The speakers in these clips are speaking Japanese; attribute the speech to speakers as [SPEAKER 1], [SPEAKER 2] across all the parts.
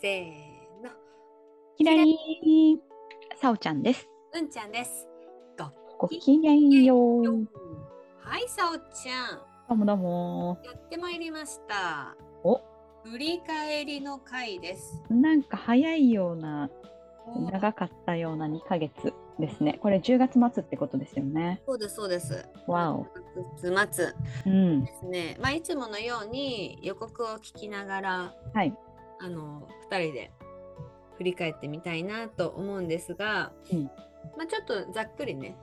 [SPEAKER 1] せーの、
[SPEAKER 2] きらりん、さおちゃんです。
[SPEAKER 1] うんちゃんです。
[SPEAKER 2] ごきげんよう。
[SPEAKER 1] よ
[SPEAKER 2] ど
[SPEAKER 1] んはい、さおちゃん、
[SPEAKER 2] うもどうも。
[SPEAKER 1] やってまいりました。
[SPEAKER 2] お
[SPEAKER 1] 振り返りの回です。
[SPEAKER 2] なんか早いような、長かったような2ヶ月ですね。これ10月末ってことですよね。
[SPEAKER 1] そうです、そうです。
[SPEAKER 2] わお。
[SPEAKER 1] つまつ
[SPEAKER 2] うん
[SPEAKER 1] で。すね。まあ、いつものように予告を聞きながら、
[SPEAKER 2] はい。
[SPEAKER 1] あの、二人で振り返ってみたいなと思うんですが、
[SPEAKER 2] うん
[SPEAKER 1] まあ、ちょっとざっくりね、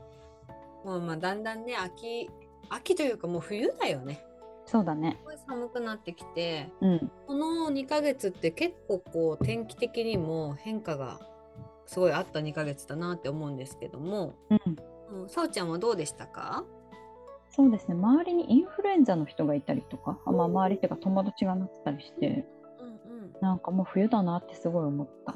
[SPEAKER 1] もうまあだんだんね、秋、秋というかもう冬だよね。
[SPEAKER 2] そうだね
[SPEAKER 1] す。ごい寒くなってきて、
[SPEAKER 2] うん。
[SPEAKER 1] この2ヶ月って結構こう天気的にも変化がすごいあった2ヶ月だなって思うんですけども、
[SPEAKER 2] うん。
[SPEAKER 1] うん、さおちゃんはどうでしたか
[SPEAKER 2] そうですね。周りにインフルエンザの人がいたりとか、あまあ、周りっていうか友達がなってたりして、
[SPEAKER 1] うんうん
[SPEAKER 2] なんかもう冬だなってすごい思った。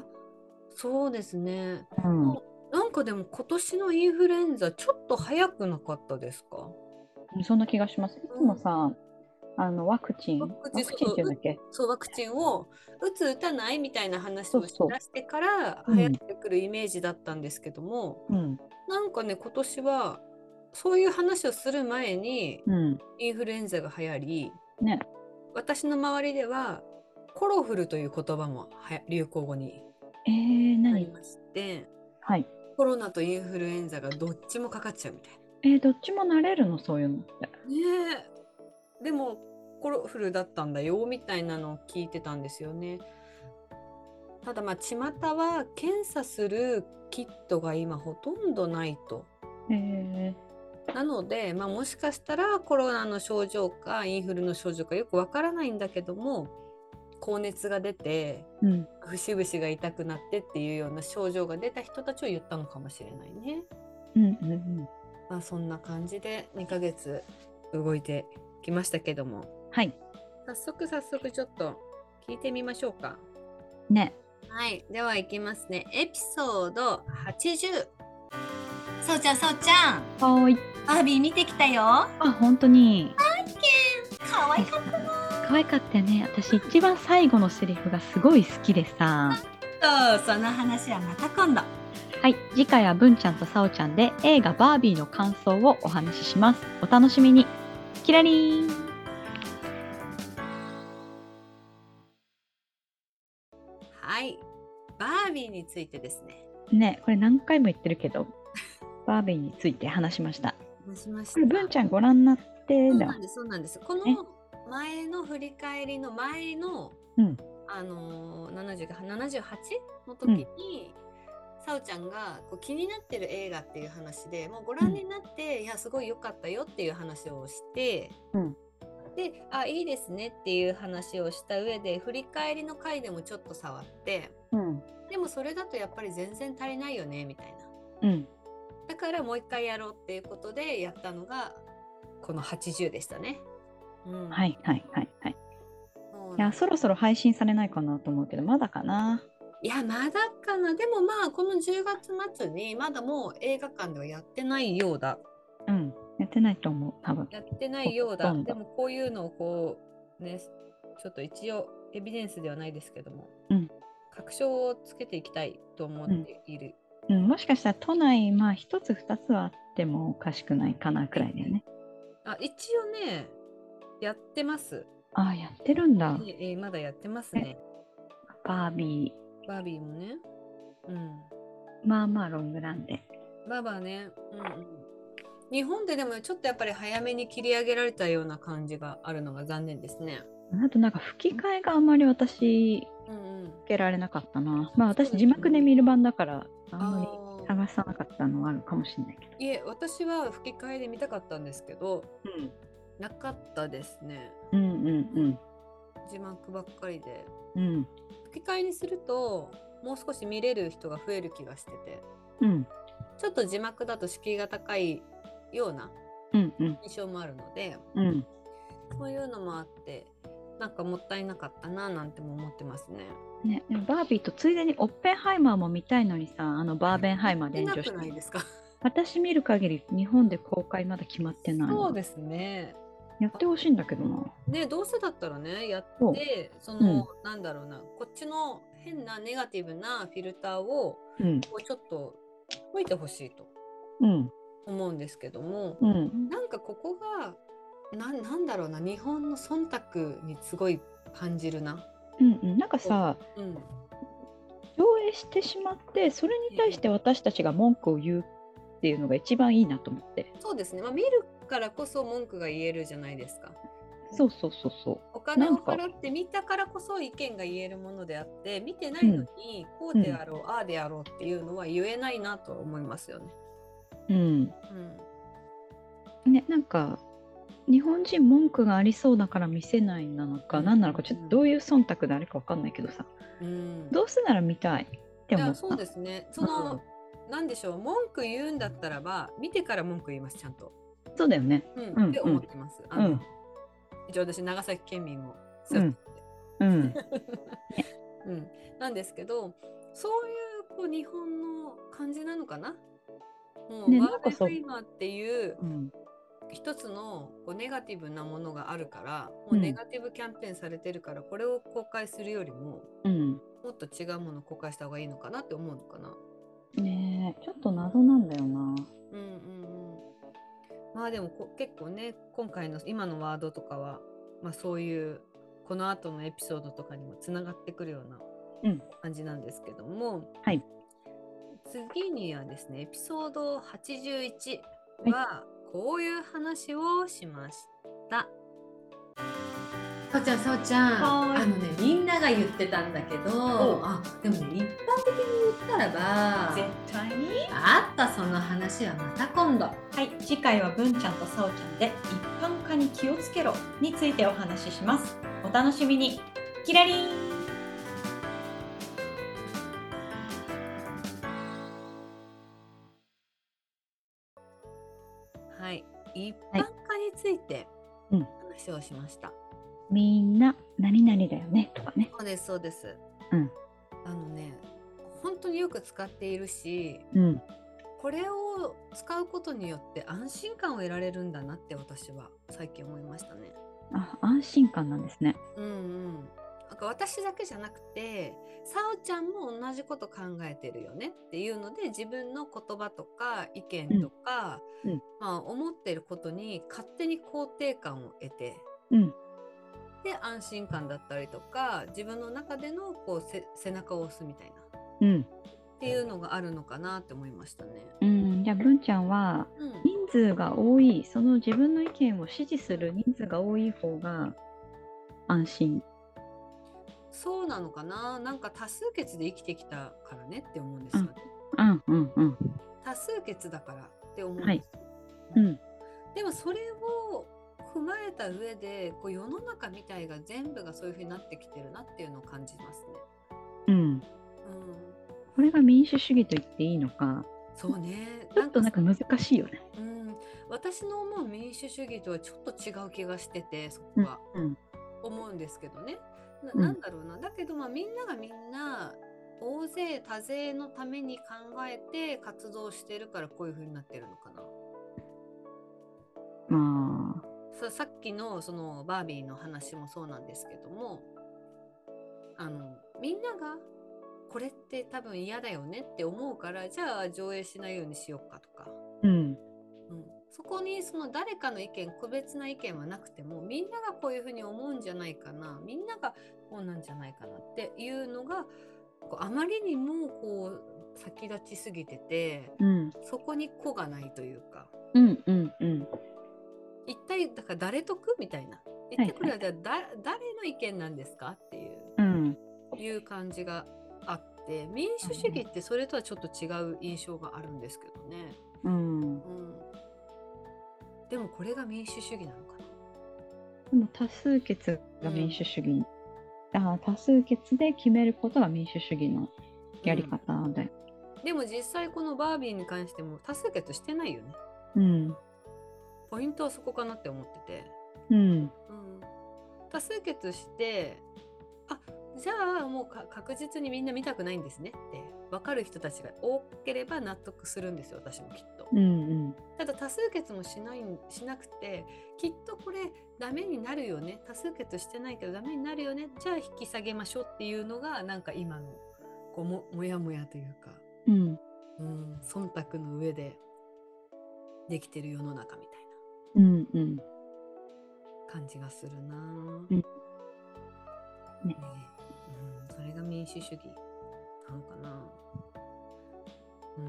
[SPEAKER 1] そうですね
[SPEAKER 2] うん。
[SPEAKER 1] なんかでも今年のインフルエンザちょっと早くなかったですか
[SPEAKER 2] そんな気がします。いつもさ、あのワクチン、
[SPEAKER 1] ワ
[SPEAKER 2] ワ
[SPEAKER 1] ク
[SPEAKER 2] ク
[SPEAKER 1] チン
[SPEAKER 2] チンっていうんだっけ
[SPEAKER 1] そうワクチンを打つ打たないみたいな話をし
[SPEAKER 2] そうそう
[SPEAKER 1] 出してから
[SPEAKER 2] うん
[SPEAKER 1] 流行ってくるイメージだったんですけども、
[SPEAKER 2] うん。
[SPEAKER 1] なんかね今年はそういう話をする前に
[SPEAKER 2] うん。
[SPEAKER 1] インフルエンザが流行り
[SPEAKER 2] ね。
[SPEAKER 1] 私の周りではコロフルという言葉もはや流行語に
[SPEAKER 2] えー、
[SPEAKER 1] な
[SPEAKER 2] 何
[SPEAKER 1] りまして、
[SPEAKER 2] はい。
[SPEAKER 1] コロナとインフルエンザがどっちもかかっちゃうみたい
[SPEAKER 2] えー、どっちも慣れるのそういうのって。
[SPEAKER 1] な。ねえでもコロフルだったんだよみたいなのを聞いてたんですよね。ただまあ巷は検査するキットが今ほとんどないと。
[SPEAKER 2] え
[SPEAKER 1] なので、まあ、もしかしたらコロナの症状かインフルの症状かよくわからないんだけども高熱が出て
[SPEAKER 2] うん。
[SPEAKER 1] 節々が痛くなってっていうような症状が出た人たちを言ったのかもしれないね。
[SPEAKER 2] うんうんうん。
[SPEAKER 1] まあ、そんな感じで2ヶ月動いてきましたけども
[SPEAKER 2] はい。
[SPEAKER 1] 早速早速ちょっと聞いてみましょうか。
[SPEAKER 2] ね。
[SPEAKER 1] はいではいきますねエピソード80。そうちゃんそうちゃん
[SPEAKER 2] かわいい。
[SPEAKER 1] バービー見てきたよ。
[SPEAKER 2] あ本当に。
[SPEAKER 1] 可愛かっ
[SPEAKER 2] 可愛かったよね。私一番最後のセリフがすごい好きでさ。
[SPEAKER 1] た。その話はまた今度。
[SPEAKER 2] はい。次回は文ちゃんとさおちゃんで映画バービーの感想をお話しします。お楽しみに。キラリーン。
[SPEAKER 1] はいバービーについてですね。
[SPEAKER 2] ね、これ何回も言ってるけど、バービーについて話しました。
[SPEAKER 1] 話しました
[SPEAKER 2] これ文ちゃんご覧になって
[SPEAKER 1] そう
[SPEAKER 2] だ
[SPEAKER 1] な。んです、そうなんです。この
[SPEAKER 2] ね
[SPEAKER 1] 前の振り返りの前の、
[SPEAKER 2] うん
[SPEAKER 1] あのー、70か78の時に、さおちゃんがこう気になってる映画っていう話でもうご覧になって、いやすごい良かったよっていう話をして、
[SPEAKER 2] うん
[SPEAKER 1] であいいですねっていう話をした上で振り返りの回でもちょっと触って
[SPEAKER 2] うん。
[SPEAKER 1] でもそれだとやっぱり全然足りないよねみたいな
[SPEAKER 2] うん。
[SPEAKER 1] だからもう一回やろうっていうことでやったのがこの80でしたね。うん
[SPEAKER 2] はいはいはいはい。
[SPEAKER 1] そう
[SPEAKER 2] い
[SPEAKER 1] なん
[SPEAKER 2] や、そろそろ配信されないかなと思うけど、まだかな。
[SPEAKER 1] いやまだかなでもまあこの10月末にまだもう映画館ではやってないようだ
[SPEAKER 2] うん。やってないと思う、多分。
[SPEAKER 1] やってないようだ
[SPEAKER 2] ほとん
[SPEAKER 1] で
[SPEAKER 2] ど
[SPEAKER 1] もこういうのをこうねちょっと一応エビデンスではないですけども、
[SPEAKER 2] うん
[SPEAKER 1] 確証をつけていきたいと思っている、
[SPEAKER 2] うん、もしかしたら都内、まあ、一つ二つはあってもおかしくないかなくらいだよね。
[SPEAKER 1] あ一応ねやってます、
[SPEAKER 2] ああ、やってるんだ。
[SPEAKER 1] ええまだやってますね
[SPEAKER 2] バービ
[SPEAKER 1] バービーもねうん
[SPEAKER 2] ー、まあまあロングランで。
[SPEAKER 1] まあまあね、うんうん、日本ででもちょっとやっぱり早めに切り上げられたような感じがあるのが残念ですね。
[SPEAKER 2] あとなんか吹き替えがあんまり私、
[SPEAKER 1] うんうん、
[SPEAKER 2] 受けられなかったな。まあ
[SPEAKER 1] そう
[SPEAKER 2] 私、
[SPEAKER 1] ですね
[SPEAKER 2] 字幕で見る版だから、あんまり
[SPEAKER 1] あ
[SPEAKER 2] 探さなかったのはあるかもしれないけど。
[SPEAKER 1] ーいえ私は吹き替えで見たかったんですけど
[SPEAKER 2] うん
[SPEAKER 1] なかったですね。
[SPEAKER 2] うんうんうん。
[SPEAKER 1] 字幕ばっかりで
[SPEAKER 2] うん。
[SPEAKER 1] 吹き替えにするともう少し見れる人が増える気がしてて
[SPEAKER 2] うん。
[SPEAKER 1] ちょっと字幕だと敷居が高いような
[SPEAKER 2] うん。うん。
[SPEAKER 1] 印象もあるので
[SPEAKER 2] うん。
[SPEAKER 1] そういうのもあってなんかもったいなかったななんても思ってますね。
[SPEAKER 2] ね、でもバービーとついでにオッペンハイマーも見たいのにさ、あのバーベンハイマーで
[SPEAKER 1] 見な
[SPEAKER 2] 炎上
[SPEAKER 1] く
[SPEAKER 2] し
[SPEAKER 1] ない
[SPEAKER 2] て
[SPEAKER 1] ですか
[SPEAKER 2] 私見る限り日本で公開まだ決まってないの。
[SPEAKER 1] そうですね。
[SPEAKER 2] やってほしいんだけどな。
[SPEAKER 1] ねどうせだったらねや
[SPEAKER 2] そ
[SPEAKER 1] っ
[SPEAKER 2] う
[SPEAKER 1] てその、なんだろうなこっちの変なネガティブなフィルターを
[SPEAKER 2] うん。
[SPEAKER 1] こうちょっと解いてほしいと
[SPEAKER 2] うん。
[SPEAKER 1] 思うんですけども、
[SPEAKER 2] うん。
[SPEAKER 1] なんかここがなんなんだろうな日本の忖度にすごい感じるな。
[SPEAKER 2] うん。うん。なんかさ、
[SPEAKER 1] うん、
[SPEAKER 2] 上映してしまって、それに対して私たちが文句を言うっていうのが一番いいなと思って。
[SPEAKER 1] そうですね、まあ、見るからこそ文句が言えるじゃないですか。
[SPEAKER 2] そうそうそうそ
[SPEAKER 1] お金を
[SPEAKER 2] なんか
[SPEAKER 1] 払って見たからこそ意見が言えるものであって見てないのにこうであろう、ああであろうっていうのは言えないなと思いますよね。
[SPEAKER 2] う。うん。
[SPEAKER 1] うん
[SPEAKER 2] ね、なんか日本人文句がありそうだから見せないなのか、
[SPEAKER 1] うん
[SPEAKER 2] なんなのかちょっとどういう忖度であれかわかんないけどさ
[SPEAKER 1] うん
[SPEAKER 2] どうせなら見たいって
[SPEAKER 1] い
[SPEAKER 2] 思
[SPEAKER 1] や
[SPEAKER 2] っ
[SPEAKER 1] そう
[SPEAKER 2] た
[SPEAKER 1] ですね。その、なんでしょう、文句言うんだったらば、見てから文句言います、ちゃんと。
[SPEAKER 2] そうだよね
[SPEAKER 1] うん、
[SPEAKER 2] うん
[SPEAKER 1] って思ってます。あ
[SPEAKER 2] う
[SPEAKER 1] の
[SPEAKER 2] ん
[SPEAKER 1] 一応私、長崎県民を背
[SPEAKER 2] う
[SPEAKER 1] 負っ
[SPEAKER 2] ん
[SPEAKER 1] て、
[SPEAKER 2] うん
[SPEAKER 1] うんなんですけど、そういうこう日本の感じなのかな。もう、
[SPEAKER 2] ね
[SPEAKER 1] バ
[SPEAKER 2] なん
[SPEAKER 1] ー
[SPEAKER 2] か
[SPEAKER 1] ベ
[SPEAKER 2] そう
[SPEAKER 1] フィーマーっていう
[SPEAKER 2] うん
[SPEAKER 1] 一つのこうネガティブなものがあるから、も
[SPEAKER 2] う
[SPEAKER 1] うんネガティブキャンペーンされてるから、これを公開するよりも、
[SPEAKER 2] うん
[SPEAKER 1] もっと違うものを公開した方がいいのかなって思うのかな。
[SPEAKER 2] ねえちょっと謎なんだよな
[SPEAKER 1] うんうんうん、まあでもこ結構ね今回の今のワードとかは、まあ、そういうこの後のエピソードとかにもつながってくるような
[SPEAKER 2] うん
[SPEAKER 1] 感じなんですけども、
[SPEAKER 2] はい
[SPEAKER 1] 次にはですねエピソード81はこういう話をしました。
[SPEAKER 3] さおちゃんさおちゃん
[SPEAKER 2] はーい
[SPEAKER 3] あのねみんなが言ってたんだけどあでもね一般的に言ったらば
[SPEAKER 2] 対に
[SPEAKER 3] あったその話はまた今度
[SPEAKER 2] はい次回は文ちゃんとさおちゃんで一般化に気をつけろについてお話ししますお楽しみにキラリン
[SPEAKER 1] はい、一般化について
[SPEAKER 2] うん
[SPEAKER 1] 話をしました。
[SPEAKER 2] みんな何々だよねとかね
[SPEAKER 1] そうですそうです。
[SPEAKER 2] うん
[SPEAKER 1] あのね本当によく使っているし
[SPEAKER 2] うん
[SPEAKER 1] これを使うことによって安心感を得られるんだなって私は最近思いましたね。
[SPEAKER 2] あ安心感なんですね
[SPEAKER 1] うんうん。なんか私だけじゃなくて、さおちゃんも同じこと考えてるよねっていうので、自分の言葉とか意見とか、
[SPEAKER 2] うんうん
[SPEAKER 1] まあ思ってることに勝手に肯定感を得て、
[SPEAKER 2] うん
[SPEAKER 1] で安心感だったりとか、自分の中でのこうせ背中を押すみたいな
[SPEAKER 2] うん
[SPEAKER 1] っていうのがあるのかなって思いましたね。
[SPEAKER 2] うん、じゃあ文ちゃんは
[SPEAKER 1] うん。
[SPEAKER 2] 人数が多いその自分の意見を支持する人数が多い方が安心
[SPEAKER 1] そうなのかななんか多数決で生きてきたからねって思うんですよね。
[SPEAKER 2] うんうんうん
[SPEAKER 1] 多数決だからって思うんですよ、
[SPEAKER 2] うん
[SPEAKER 1] でもそれを踏まえた上でこう世の中みたいが全部がそういう風になってきてるなっていうのを感じますね。
[SPEAKER 2] うん
[SPEAKER 1] う
[SPEAKER 2] これが民主主義と言っていいのか
[SPEAKER 1] ん、そうね
[SPEAKER 2] ちょっとなんか難しいよね
[SPEAKER 1] うん、私の思う民主主義とはちょっと違う気がしててそこは、
[SPEAKER 2] うん
[SPEAKER 1] 思うんですけどね。な
[SPEAKER 2] うん
[SPEAKER 1] なんだろうなだけど、まあ、みんながみんな大勢多勢のために考えて活動してるからこういう風になってるのかな。
[SPEAKER 2] まあ
[SPEAKER 1] ささっきのそのバービーの話もそうなんですけどもあのみんながこれって多分嫌だよねって思うからじゃあ上映しないようにしようかとか、
[SPEAKER 2] うん
[SPEAKER 1] うん、そこにその誰かの意見個別な意見はなくてもみんながこういうふうに思うんじゃないかなみんながこうなんじゃないかなっていうのがこうあまりにもこう先立ちすぎてて
[SPEAKER 2] うん
[SPEAKER 1] そこに子がないというか。
[SPEAKER 2] うんうんうん
[SPEAKER 1] 一体だから誰得みたいな一
[SPEAKER 2] はい
[SPEAKER 1] 体これはじゃあだ、誰の意見なんですかっていう
[SPEAKER 2] うん
[SPEAKER 1] いう感じがあって民主主義ってそれとはちょっと違う印象があるんですけどね、
[SPEAKER 2] うん
[SPEAKER 1] うん、でもこれが民主主義なのかな
[SPEAKER 2] でも多数決が民主主義だから多数決で決めることが民主主義のやり方だよ。
[SPEAKER 1] でも実際このバービーに関しても多数決してないよね。
[SPEAKER 2] うん。
[SPEAKER 1] ポイントはそこかなって思ってて。
[SPEAKER 2] うん。
[SPEAKER 1] うん、多数決してあじゃあもうか確実にみんな見たくないんですねって分かる人たちが多ければ納得するんですよ私もきっと。
[SPEAKER 2] うん。
[SPEAKER 1] ただ多数決もしないんしなくてきっとこれダメになるよね多数決してないけどダメになるよねじゃあ引き下げましょうっていうのがなんか今のこうももやもやというか、
[SPEAKER 2] うん。
[SPEAKER 1] うん、忖度の上でできてる世の中みたい
[SPEAKER 2] うん。うん。
[SPEAKER 1] な感じがするなぁ。
[SPEAKER 2] うんね
[SPEAKER 1] ねうん、それが民主主義なのかな。う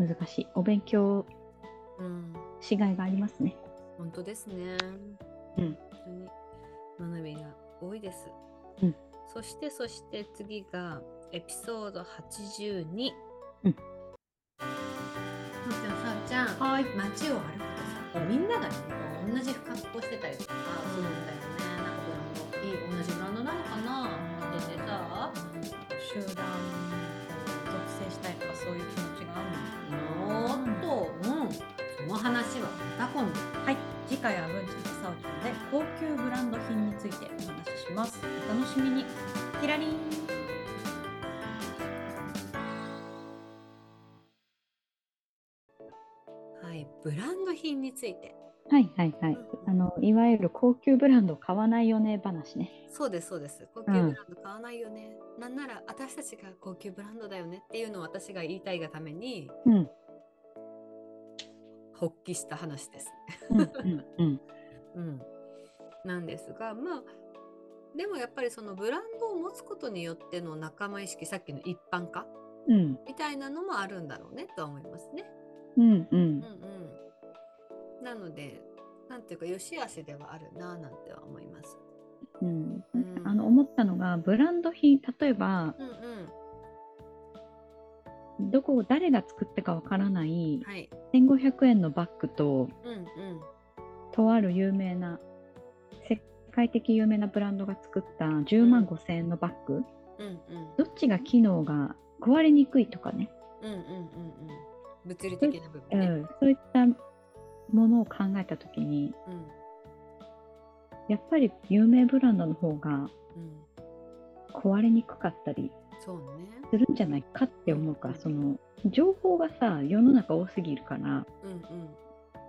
[SPEAKER 1] ん、
[SPEAKER 2] 難しい。お勉強
[SPEAKER 1] うん
[SPEAKER 2] しがいがありますね。
[SPEAKER 1] 本当ですね。
[SPEAKER 2] うん
[SPEAKER 1] 本当に学びが多いです。
[SPEAKER 2] うん
[SPEAKER 1] そしてそして次がエピソード82。
[SPEAKER 3] そうちゃんさおちゃん
[SPEAKER 4] はい。
[SPEAKER 3] 街を歩くとさこれみんながねこう同じ格好してたりとかするんだよねなんかブランドいい同じブランドなのかなっててさ集団にこう属成したいとかそういう気持ちがあるのかなと、うん、その話はまた今度
[SPEAKER 5] はい、次回は文ちゃんとさおちゃんで高級ブランド品についてお話しします。お楽しみに。キラリン。
[SPEAKER 1] はい、ブランド品について。
[SPEAKER 2] はいはいはい。あの、いわゆる高級ブランド買わないよね話ね。
[SPEAKER 1] そうですそうです。高級ブランド買わないよね。なんなら私たちが高級ブランドだよねっていうのを私が言いたいがために
[SPEAKER 2] うん。
[SPEAKER 1] 発起した話です。
[SPEAKER 2] うんうんうん。
[SPEAKER 1] うん、なんですがまあでもやっぱりそのブランドを持つことによっての仲間意識さっきの一般化
[SPEAKER 2] うん
[SPEAKER 1] みたいなのもあるんだろうねとは思いますね。
[SPEAKER 2] うんう
[SPEAKER 1] うん
[SPEAKER 2] ん
[SPEAKER 1] うん、なのでなんていうか良し悪しではあるななんては思います。
[SPEAKER 2] うん
[SPEAKER 1] うん
[SPEAKER 2] あの思ったのがブランド品例えば
[SPEAKER 1] うんうん
[SPEAKER 2] どこを誰が作ったかわからない
[SPEAKER 1] はい
[SPEAKER 2] 1500円のバッグと
[SPEAKER 1] うんうん
[SPEAKER 2] とある有名な世界的有名なブランドが作った10万5千円のバッグ
[SPEAKER 1] うんうん
[SPEAKER 2] どっちが機能が壊れにくいとかね、
[SPEAKER 1] うんうんうんうん物理的な部
[SPEAKER 2] う
[SPEAKER 1] 分ね。
[SPEAKER 2] ん、そういったものを考えた時に
[SPEAKER 1] うん
[SPEAKER 2] やっぱり有名ブランドの方が
[SPEAKER 1] うん、
[SPEAKER 2] 壊れにくかったり
[SPEAKER 1] そうね。
[SPEAKER 2] するんじゃないかって思うからその情報がさ世の中多すぎるから
[SPEAKER 1] うんうん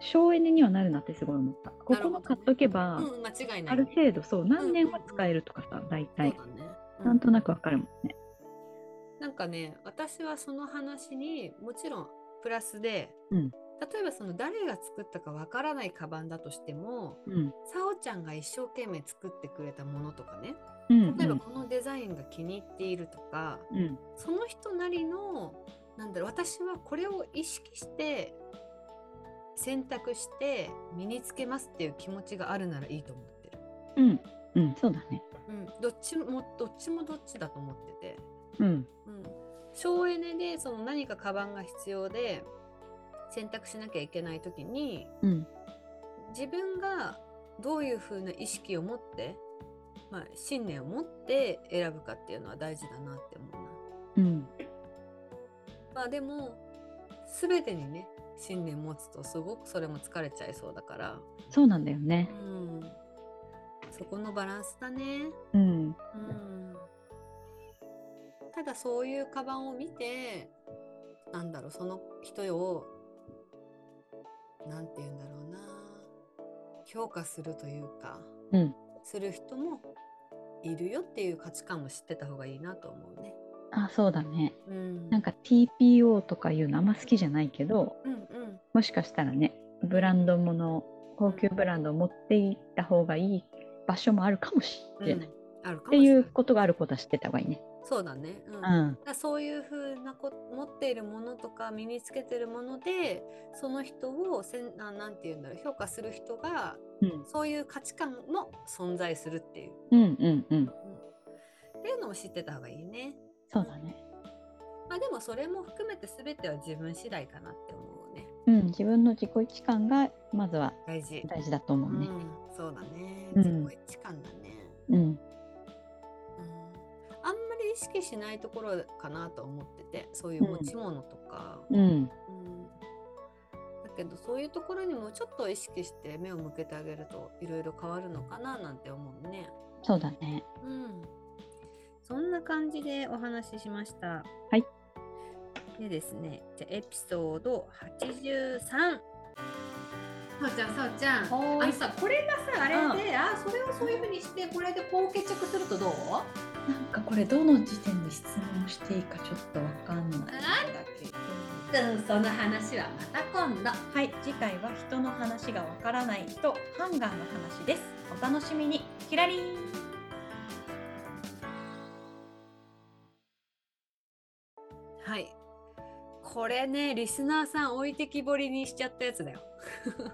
[SPEAKER 2] 省エネにはなるなってすごい思ったこ
[SPEAKER 1] なる
[SPEAKER 2] こ
[SPEAKER 1] ほど
[SPEAKER 2] も
[SPEAKER 1] ね
[SPEAKER 2] 買っとけば、
[SPEAKER 1] うん、間違いな
[SPEAKER 2] あ
[SPEAKER 1] い。
[SPEAKER 2] る程度そう何年は使えるとかさ大体
[SPEAKER 1] そうだね。う
[SPEAKER 2] なんとなくわかるもんね
[SPEAKER 1] なんかね私はその話にもちろんプラスで、
[SPEAKER 2] うん
[SPEAKER 1] 例えばその誰が作ったかわからないカバンだとしても
[SPEAKER 2] うん
[SPEAKER 1] さおちゃんが一生懸命作ってくれたものとかね
[SPEAKER 2] うん
[SPEAKER 1] 例えばこのデザインが気に入っているとか、
[SPEAKER 2] うん
[SPEAKER 1] その人なりのなんだろう私はこれを意識して選択して身につけますっていう気持ちがあるならいいと思ってる、
[SPEAKER 2] うんうんそうだね
[SPEAKER 1] うん、どっちもどっちもどっちだと思ってて。
[SPEAKER 2] うん
[SPEAKER 1] うん、省エネでその何かカバンが必要で選択しなきゃいけない時に
[SPEAKER 2] うん
[SPEAKER 1] 自分がどういう風な意識を持って、まあ、信念を持って選ぶかっていうのは大事だなって思うな。
[SPEAKER 2] うん
[SPEAKER 1] まあでも全てにね信念持つとすごくそれも疲れちゃいそうだから、
[SPEAKER 2] そうなんだよね
[SPEAKER 1] うん、そこのバランスだね。
[SPEAKER 2] うん
[SPEAKER 1] うんただそういうカバンを見てなんだろうその人をなんて言うんだろうな評価するというか、
[SPEAKER 2] うん
[SPEAKER 1] する人もいるよっていう価値観も知ってた方がいいなと思うね。
[SPEAKER 2] あそうだね
[SPEAKER 1] うん、
[SPEAKER 2] なんか TPO とかいうのあんま好きじゃないけど
[SPEAKER 1] うんうん
[SPEAKER 2] もしかしたらねブランドもの高級ブランドを持っていった方がいい場所もあるかもし
[SPEAKER 1] う
[SPEAKER 2] れない、
[SPEAKER 1] ん
[SPEAKER 2] っ
[SPEAKER 1] あるかも
[SPEAKER 2] て
[SPEAKER 1] しれ
[SPEAKER 2] い
[SPEAKER 1] な
[SPEAKER 2] う
[SPEAKER 1] い。
[SPEAKER 2] ことがあることは知ってた方がいいね
[SPEAKER 1] そうだね。うん
[SPEAKER 2] うん
[SPEAKER 1] だからそういうふうなこ持っているものとか身につけてるものでその人をせんななんて言うんだろう評価する人が
[SPEAKER 2] うん
[SPEAKER 1] そういう価値観も存在するっていう
[SPEAKER 2] うんうんうん
[SPEAKER 1] っていうのも知ってた方がいいね。
[SPEAKER 2] そうだね
[SPEAKER 1] まあでもそれも含めて全ては自分次第かなって思うね。
[SPEAKER 2] うん自分の自己一致感がまずは
[SPEAKER 1] 大事。
[SPEAKER 2] 大事だと思うね
[SPEAKER 1] うん、そうだね。
[SPEAKER 2] うん
[SPEAKER 1] 自己一致感だね。
[SPEAKER 2] うん。
[SPEAKER 1] あんまり意識しないところかなと思っててそういう持ち物とか、
[SPEAKER 2] うん。
[SPEAKER 1] うんだけどそういうところにもちょっと意識して目を向けてあげるといろいろ変わるのかななんて思うね。
[SPEAKER 2] そうだね。
[SPEAKER 1] うん、そんな感じでお話ししまし
[SPEAKER 2] は
[SPEAKER 1] た。
[SPEAKER 2] い。
[SPEAKER 1] でですね、じゃあエピソード83。
[SPEAKER 3] さおちゃん、さおちゃん。
[SPEAKER 5] はーい
[SPEAKER 3] あのさ、これがさ、あれで、あ、それをそういうふうにして、これでこう決着するとどう
[SPEAKER 5] なんかこれどの時点で質問していいかちょっとわかんないんだけど。
[SPEAKER 3] うん、その話はまた今度。
[SPEAKER 5] はい、次回は人の話がわからないとハンガーの話です。お楽しみに。キラリン。
[SPEAKER 1] はい。これね、リスナーさん置いてきぼりにしちゃったやつだよ。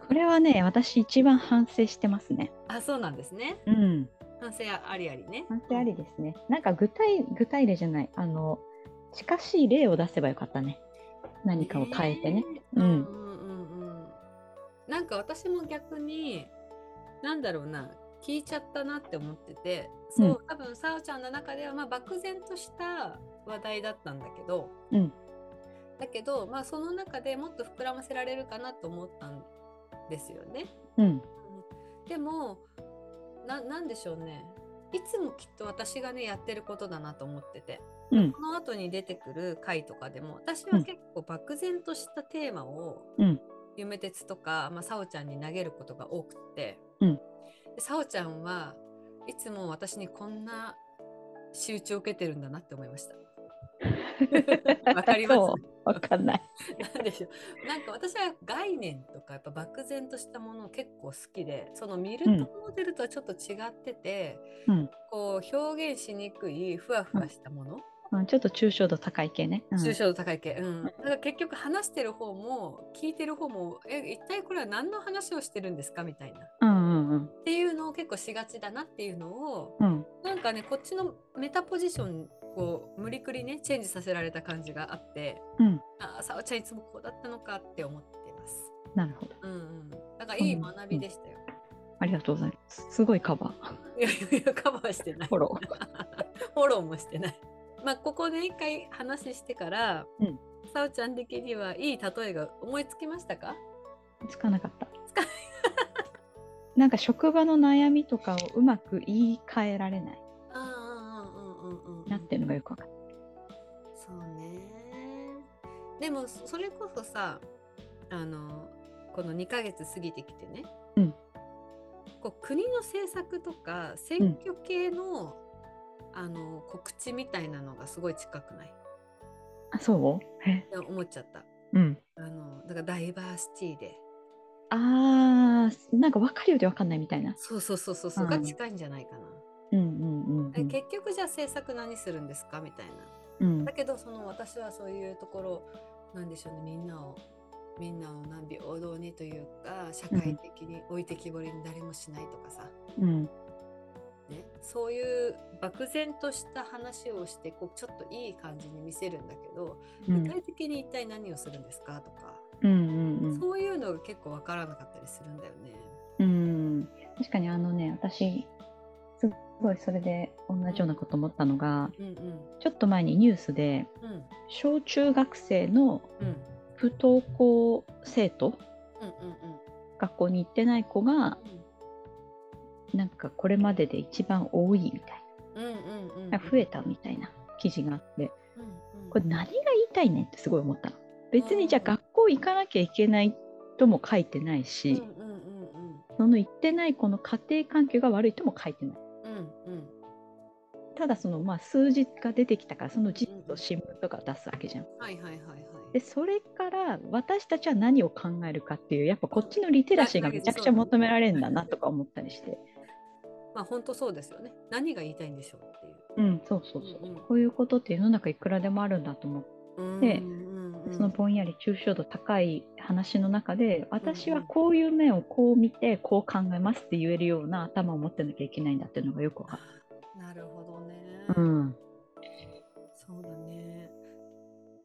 [SPEAKER 2] これはね、私一番反省してますね。
[SPEAKER 1] あ、そうなんですね。
[SPEAKER 2] うん。
[SPEAKER 1] 反省ありありね。
[SPEAKER 2] 反省ありですね。なんか具体、具体例じゃない。あの、近しい例を出せばよかったね。何かを変えてね。。
[SPEAKER 1] う
[SPEAKER 2] うんん
[SPEAKER 1] うんうんうん。なんか私も逆に、なんだろうな、聞いちゃったなって思ってて、そう、
[SPEAKER 2] うん
[SPEAKER 1] 多分さおちゃんの中では、まあ、漠然とした話題だったんだけど、
[SPEAKER 2] うん
[SPEAKER 1] だけど、まあ、その中でもっと膨らませられるかなと思ったんですよね。
[SPEAKER 2] うん。
[SPEAKER 1] でもななんでしょうねいつもきっと私がねやってることだなと思ってて、
[SPEAKER 2] うん
[SPEAKER 1] この後に出てくる回とかでも私は結構漠然としたテーマを、
[SPEAKER 2] うん
[SPEAKER 1] 夢鉄とか、まあ、さおちゃんに投げることが多くって、
[SPEAKER 2] うん
[SPEAKER 1] でさおちゃんはいつも私にこんな仕打ちを受けてるんだなって思いました。 わかります
[SPEAKER 2] そうわかんない。
[SPEAKER 1] なんでしょうなんか私は概念とかやっぱ漠然としたもの結構好きでその見る
[SPEAKER 2] うん
[SPEAKER 1] とモデルとはちょっと違ってて、
[SPEAKER 2] うん
[SPEAKER 1] こう表現しにくいふわふわしたもの、
[SPEAKER 2] うん、ちょっと抽象度高い系ね。うん
[SPEAKER 1] 抽象度高い系、うん、だから結局話してる方も聞いてる方もえ一体これは何の話をしてるんですかみたいなっ
[SPEAKER 2] うんうんうん。
[SPEAKER 1] ていうのを結構しがちだなっていうのを
[SPEAKER 2] うん。
[SPEAKER 1] なんかねこっちのメタポジションを無理くりねチェンジさせられた感じがあって
[SPEAKER 2] うん。
[SPEAKER 1] ああさおちゃんいつもこうだったのかって思ってます。
[SPEAKER 2] なるほど。
[SPEAKER 1] うんうん、だからいい学びでしたよ。
[SPEAKER 2] ありがとうございます。すごいカバー。
[SPEAKER 1] いやいやカバーして ない。
[SPEAKER 2] フォロ
[SPEAKER 1] フォローもしてない。まあここで一回話してから、
[SPEAKER 2] うん
[SPEAKER 1] さおちゃん的にはいい例えが思いつきましたか？
[SPEAKER 2] ー。つかなかった。なんか職場の悩みとかをうまく言い換えられない
[SPEAKER 1] ああうんうんうんうん
[SPEAKER 2] なっていうのがよくわかる。
[SPEAKER 1] そうね。でもそそれこそさ、あのこの2ヶ月過ぎてきてね、
[SPEAKER 2] うん
[SPEAKER 1] こう国の政策とか選挙系の、あの告知みたいなのがすごい近くない？
[SPEAKER 2] あ、そうえ
[SPEAKER 1] って思っちゃった。
[SPEAKER 2] うん。
[SPEAKER 1] あのだからダイバーシティで
[SPEAKER 2] あー、なんか分かるようで分かんないみたいな。
[SPEAKER 1] そうそうそうそうそう
[SPEAKER 2] うん
[SPEAKER 1] が近いんじゃないかな、
[SPEAKER 2] うんうんうん、う
[SPEAKER 1] え
[SPEAKER 2] ん。
[SPEAKER 1] 結局じゃあ制作何するんですかみたいな
[SPEAKER 2] うん
[SPEAKER 1] だけどその私はそういうところなんでしょうねみんなをみんなを何平等にというか社会的に置いてきぼりに誰もしないとかさ、
[SPEAKER 2] うん
[SPEAKER 1] ね、そういう漠然とした話をしてこうちょっといい感じに見せるんだけど
[SPEAKER 2] う
[SPEAKER 1] 具
[SPEAKER 2] ん
[SPEAKER 1] 体的に一体何をするんですかとか、
[SPEAKER 2] うんうん
[SPEAKER 1] そういうのが結構わからなかったりするんだよね。
[SPEAKER 2] うん確かにあのね私すごいそれで同じようなこと思ったのが
[SPEAKER 1] うん
[SPEAKER 2] ちょっと前にニュースで
[SPEAKER 1] うんうん
[SPEAKER 2] 小中学生の
[SPEAKER 1] うん
[SPEAKER 2] 不登校生徒
[SPEAKER 1] うんうん
[SPEAKER 2] 学校に行ってない子がなんかこれまでで一番多いみたい
[SPEAKER 1] うんうんうんうん
[SPEAKER 2] な増えたみたいな記事があって
[SPEAKER 1] うんうん
[SPEAKER 2] これ何が言いたいねんってすごい思ったの別にじゃあ学校行かなきゃいけないとも書いてないし、
[SPEAKER 1] うんうん
[SPEAKER 2] その行ってない子の家庭環境が悪いとも書いてない。
[SPEAKER 1] うんうんうん
[SPEAKER 2] ただそのまあ数字が出てきたからそのじっと新聞とか出すわけじゃん。
[SPEAKER 1] はいはいはいはい
[SPEAKER 2] でそれから私たちは何を考えるかっていうやっぱこっちのリテラシーがめちゃくちゃ求められるんだなとか思ったりして。
[SPEAKER 1] まあ本当そうですよね何が言いたいんでしょうっていう
[SPEAKER 2] うんそうそうそう。こういうことって世の中いくらでもあるんだと思って
[SPEAKER 1] うん
[SPEAKER 2] で
[SPEAKER 1] うんうん
[SPEAKER 2] そのぼんやり抽象度高い話の中で私はこういう面をこう見てこう考えますって言えるような頭を持ってなきゃいけないんだっていうのがよくわか
[SPEAKER 1] なるほどね、
[SPEAKER 2] る。うん
[SPEAKER 1] そうだね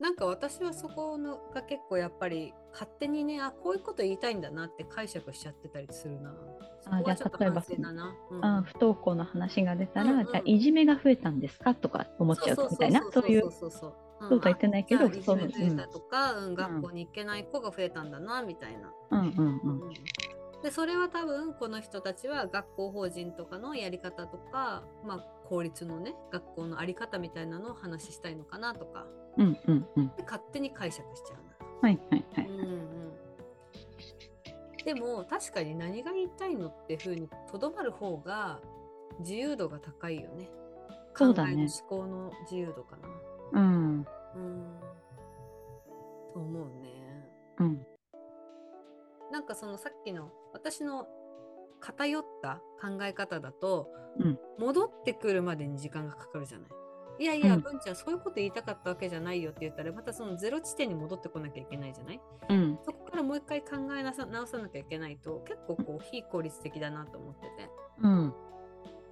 [SPEAKER 1] なんか私はそこのが結構やっぱり勝手にねあこういうこと言いたいんだなって解釈しちゃってたりするなそこはちょっと
[SPEAKER 2] じゃあ例えば
[SPEAKER 1] 反省だな、うん
[SPEAKER 2] あ不登校の話が出たら、
[SPEAKER 1] うんうん
[SPEAKER 2] じゃあいじめが増えたんですかとか思っちゃうみたいなそういう
[SPEAKER 1] そうそうそう
[SPEAKER 2] そううとは言ってないけど
[SPEAKER 1] じゃあい
[SPEAKER 2] そ
[SPEAKER 1] じ
[SPEAKER 2] う
[SPEAKER 1] め増えた
[SPEAKER 2] うん
[SPEAKER 1] とか、うん学校に行けない子が増えたんだなみたいな、
[SPEAKER 2] うんうんうん
[SPEAKER 1] でそれは多分この人たちは学校法人とかのやり方とか、まあ、公立のね学校のあり方みたいなのを話ししたいのかなとか
[SPEAKER 2] うんうんうん
[SPEAKER 1] で勝手に解釈しちゃう
[SPEAKER 2] はいはいは
[SPEAKER 1] な、
[SPEAKER 2] い
[SPEAKER 1] うんうん、でも確かに何が言いたいのっていうふうにとどまる方が自由度が高いよね
[SPEAKER 2] そうだね
[SPEAKER 1] 考えの思考の自由度かな
[SPEAKER 2] うん
[SPEAKER 1] うんと思うね
[SPEAKER 2] うん
[SPEAKER 1] なんかそのさっきの私の偏った考え方だと、
[SPEAKER 2] うん
[SPEAKER 1] 戻ってくるまでに時間がかかるじゃない。いやいや、
[SPEAKER 2] うん
[SPEAKER 1] 文ちゃんそういうこと言いたかったわけじゃないよって言ったらまたそのゼロ地点に戻ってこなきゃいけないじゃない
[SPEAKER 2] うん
[SPEAKER 1] そこからもう一回考えなさ直さなきゃいけないと結構こう非効率的だなと思ってて
[SPEAKER 2] うん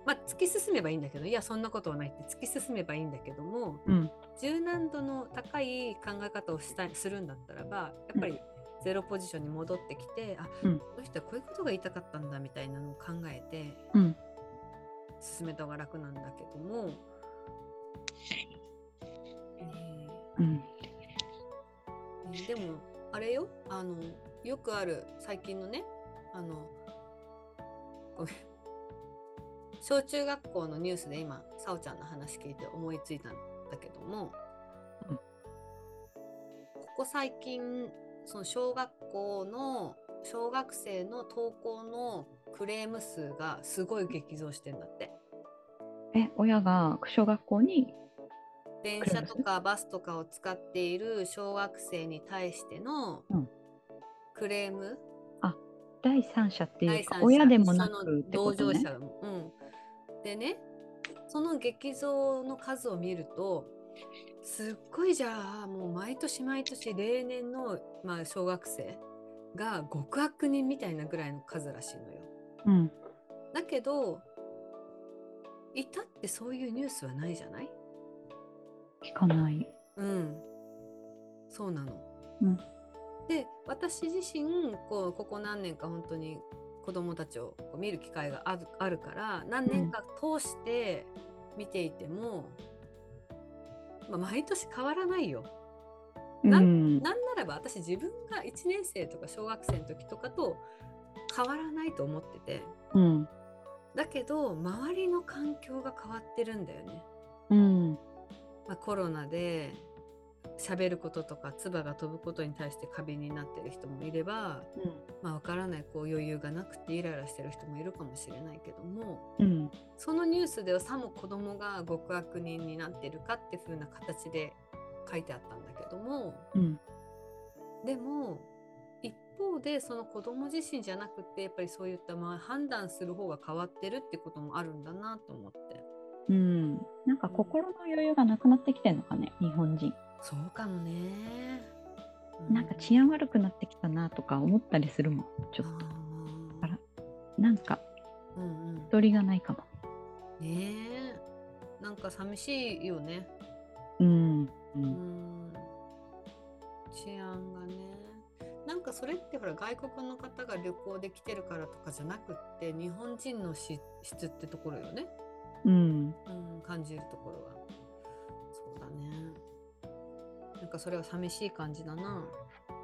[SPEAKER 1] まあ突き進めばいいんだけどいやそんなことはないって突き進めばいいんだけども、
[SPEAKER 2] うん
[SPEAKER 1] 柔軟度の高い考え方をしたいするんだったらばやっぱりゼロポジションに戻ってきて、あ
[SPEAKER 2] うん
[SPEAKER 1] この人はこういうことが言いたかったんだみたいなのを考えて
[SPEAKER 2] うん
[SPEAKER 1] 進めた方が楽なんだけども、え
[SPEAKER 2] うん
[SPEAKER 1] ーでもあれよあのよくある最近のねあのごめん小中学校のニュースで今さおちゃんの話聞いて思いついたんだけども、
[SPEAKER 2] うん
[SPEAKER 1] ここ最近その小学校の小学生の登校のクレーム数がすごい激増してんだって
[SPEAKER 2] え親が小学校に
[SPEAKER 1] 電車とかバスとかを使っている小学生に対しての
[SPEAKER 2] うん
[SPEAKER 1] クレーム、
[SPEAKER 2] 第三者ってい
[SPEAKER 1] 第
[SPEAKER 2] うか
[SPEAKER 1] 三者
[SPEAKER 2] 親でもな
[SPEAKER 1] そ
[SPEAKER 2] く
[SPEAKER 1] の
[SPEAKER 2] ってこ
[SPEAKER 1] 同
[SPEAKER 2] と
[SPEAKER 1] 乗
[SPEAKER 2] ね
[SPEAKER 1] 者、うん、でねその激増の数を見るとすっごいじゃあもう毎年毎年例年の、まあ、小学生が極悪人みたいなぐらいの数らしいのよ。
[SPEAKER 2] うん
[SPEAKER 1] だけどいたってそういうニュースはないじゃない
[SPEAKER 2] 聞かない
[SPEAKER 1] うん、そうなの。
[SPEAKER 2] うん
[SPEAKER 1] で私自身こうここ何年か本当に子供たちをこう見る機会があるあるから何年か通して見ていても、まあ、毎年変わらないよ。な
[SPEAKER 2] うん
[SPEAKER 1] なんならば私自分が1年生とか小学生の時とかと変わらないと思ってて
[SPEAKER 2] うん
[SPEAKER 1] だけど周りの環境が変わってるんだよね。
[SPEAKER 2] うん
[SPEAKER 1] まあ、コロナで喋ることとか唾が飛ぶことに対して過敏になってる人もいれば、まあ、分からないこう余裕がなくてイライラしてる人もいるかもしれないけども
[SPEAKER 2] うん
[SPEAKER 1] そのニュースではさも子供が極悪人になってるかっていう風な形で書いてあったんだけども
[SPEAKER 2] うん
[SPEAKER 1] でも一方でその子供自身じゃなくてやっぱりそういったまあ判断する方が変わってるってこともあるんだなと思って
[SPEAKER 2] うんなんか心の余裕がなくなってきてるのかね日本人
[SPEAKER 1] そうかもね。う
[SPEAKER 2] なんか治安悪くなってきたなとか思ったりするもんちょっ
[SPEAKER 1] あー
[SPEAKER 2] となんか
[SPEAKER 1] うんうん
[SPEAKER 2] 取りがないかも
[SPEAKER 1] ねえなんか寂しいよね
[SPEAKER 2] うんう
[SPEAKER 1] うんん治安がねなんかそれってほら外国の方が旅行で来てるからとかじゃなくって日本人のし質ってところよね、
[SPEAKER 2] うん
[SPEAKER 1] うん、感じるところはそうだねなんかそれは寂しい感じだな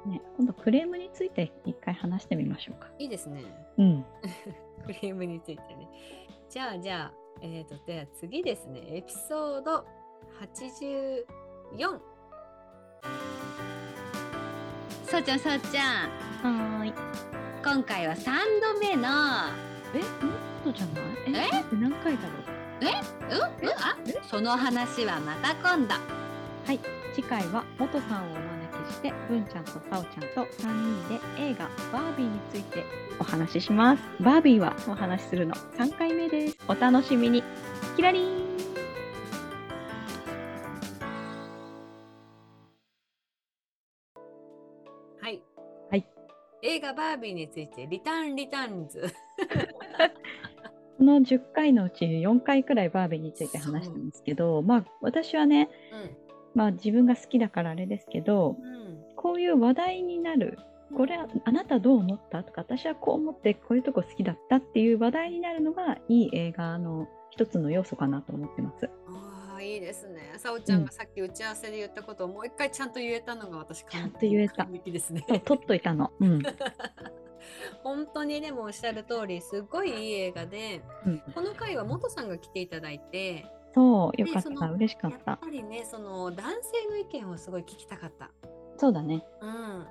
[SPEAKER 2] ね、今度クレームについて一回話してみましょうか。
[SPEAKER 1] いいですね
[SPEAKER 2] うん。
[SPEAKER 1] クリームについてねじゃあじゃあえー、とでは次ですねエピソード84
[SPEAKER 3] そうちゃんそうちゃん
[SPEAKER 2] はーい。
[SPEAKER 3] 今回は3度目の
[SPEAKER 2] え、もっとじゃない？え、
[SPEAKER 3] え
[SPEAKER 2] 待って何回だろう。
[SPEAKER 3] うんうんあその話はまた今度
[SPEAKER 2] 次回は元さんをお招きして、文ちゃんとさおちゃんと三人で映画バービーについてお話しします。バービーはお話しするの三回目です。お楽しみに。キラリン。
[SPEAKER 1] はい。
[SPEAKER 2] はい
[SPEAKER 1] 映画バービーについてリターンリターンズ。
[SPEAKER 2] この10回のうち4回くらいバービーについて話してますけど、まあ私はね、
[SPEAKER 1] うん。
[SPEAKER 2] まあ自分が好きだからあれですけど
[SPEAKER 1] うん
[SPEAKER 2] こういう話題になるこれはあなたどう思ったとか私はこう思ってこういうとこ好きだったっていう話題になるのがいい映画の一つの要素かなと思ってます。
[SPEAKER 1] ああいいですね。さおちゃんがさっき打ち合わせで言ったことをもう一回ちゃんと言えたのが私
[SPEAKER 2] ちゃんと言えた
[SPEAKER 1] 完璧ですね。
[SPEAKER 2] そう撮っといたの。うん。
[SPEAKER 1] 本当にでもおっしゃる通りすごいいい映画で
[SPEAKER 2] うん
[SPEAKER 1] この回は元さんが来ていただいて
[SPEAKER 2] そうよかっ
[SPEAKER 1] でそ
[SPEAKER 2] た
[SPEAKER 1] の
[SPEAKER 2] 嬉しか
[SPEAKER 1] や
[SPEAKER 2] っ
[SPEAKER 1] ったぱ。りねその男性の意見をすごい聞きたかった。
[SPEAKER 2] そうだね。
[SPEAKER 1] うん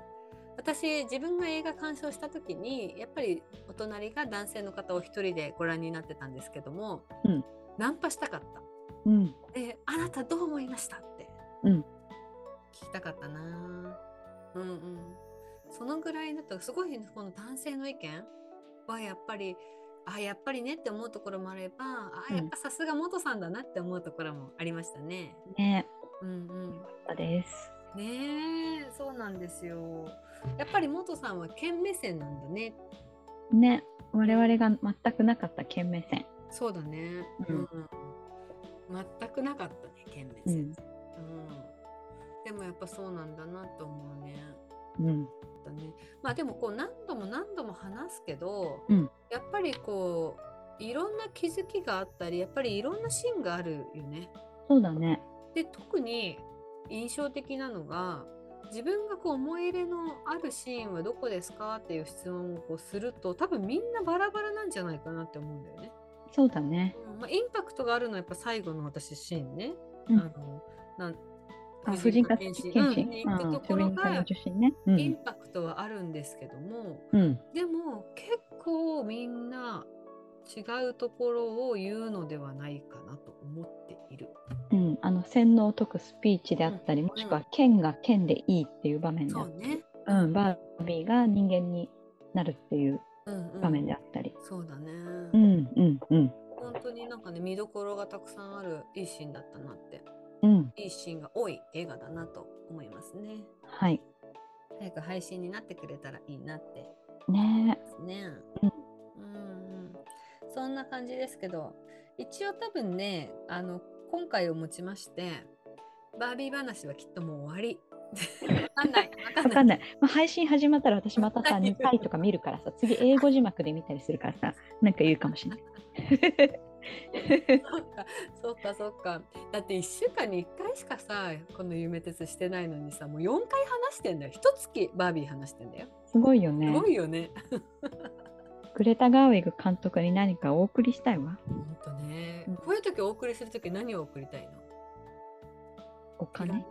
[SPEAKER 1] 私自分が映画鑑賞した時にやっぱりお隣が男性の方を一人でご覧になってたんですけども、
[SPEAKER 2] うん
[SPEAKER 1] ナンパしたかった
[SPEAKER 2] うん。
[SPEAKER 1] で「あなたどう思いました?」って、
[SPEAKER 2] うん
[SPEAKER 1] 聞きたかったなうんうんそのぐらいだとすごいこの男性の意見はやっぱりあやっぱりねって思うところもあればあ
[SPEAKER 2] うん
[SPEAKER 1] やっぱさすが元さんだなって思うところもありましたね。
[SPEAKER 2] ね
[SPEAKER 1] うんうん、
[SPEAKER 2] よかったです。
[SPEAKER 1] ねえそうなんですよ。やっぱり元さんは県目線なんだね。
[SPEAKER 2] ね我々が全くなかった県目線。
[SPEAKER 1] そうだね。
[SPEAKER 2] う
[SPEAKER 1] うんん、全くなかったね県目線。うんでもやっぱそうなんだなと思うね。
[SPEAKER 2] うん。
[SPEAKER 1] だねまあでもこう何度も何度も話すけど、
[SPEAKER 2] うん
[SPEAKER 1] やっぱりこういろんな気づきがあったりやっぱりいろんなシーンがあるよね。
[SPEAKER 2] そうだね。
[SPEAKER 1] で特に印象的なのが自分がこう思い入れのあるシーンはどこですかっていう質問をこうすると多分みんなバラバラなんじゃないかなって思うんだよね。
[SPEAKER 2] そうだね。
[SPEAKER 1] うんまあ、インパクトがあるのはやっぱ最後の私シーンね。
[SPEAKER 2] うん
[SPEAKER 1] あのなん
[SPEAKER 2] あ婦人科
[SPEAKER 1] 検
[SPEAKER 2] 検診。
[SPEAKER 1] 診うんに行くとこ
[SPEAKER 2] 婦
[SPEAKER 1] ろ
[SPEAKER 2] 人科の
[SPEAKER 1] が
[SPEAKER 2] 受診ね。う
[SPEAKER 1] イン
[SPEAKER 2] ん。
[SPEAKER 1] パクトはあるんですけども、
[SPEAKER 2] うん。
[SPEAKER 1] でも結構みんな違うところを言うのではないかなと思っている。
[SPEAKER 2] うん、あの洗脳を解くスピーチであったり、もしくは剣が剣でいいっていう場面であ
[SPEAKER 1] そ
[SPEAKER 2] っ
[SPEAKER 1] うね。
[SPEAKER 2] うん、バービーが人間になるっていう
[SPEAKER 1] うんうん
[SPEAKER 2] 場面であったり、
[SPEAKER 1] そうだね。
[SPEAKER 2] うん、うんうん
[SPEAKER 1] 本当になんかね見どころがたくさんあるいいシーンだったなって
[SPEAKER 2] うん
[SPEAKER 1] いいシーンが多い映画だなと思いますね
[SPEAKER 2] はい
[SPEAKER 1] 早く配信になってくれたらいいなって
[SPEAKER 2] ね
[SPEAKER 1] ですね
[SPEAKER 2] うん
[SPEAKER 1] うんうんそんな感じですけど一応多分ねあの今回をもちましてバービー話はきっともう終わりわかんないわ
[SPEAKER 2] えわかん
[SPEAKER 1] ない
[SPEAKER 2] ない、まあ、配信始まったら私またさ2回とか見るからさ次英語字幕で見たりするからさなんか言うかもしれない
[SPEAKER 1] そうかそうかそうかだって1週間に1回しかさこの夢鉄してないのにさもう4回話してんだよ一月バービー話してんだよ
[SPEAKER 2] すごいよ
[SPEAKER 1] す
[SPEAKER 2] ね
[SPEAKER 1] ごいよね。
[SPEAKER 2] グレタ・ガーウィグ監督に何かお送りしたいわ
[SPEAKER 1] 本当ね、
[SPEAKER 2] うん
[SPEAKER 1] こういう時お送りする時何を送りたいの？
[SPEAKER 2] お金
[SPEAKER 1] ん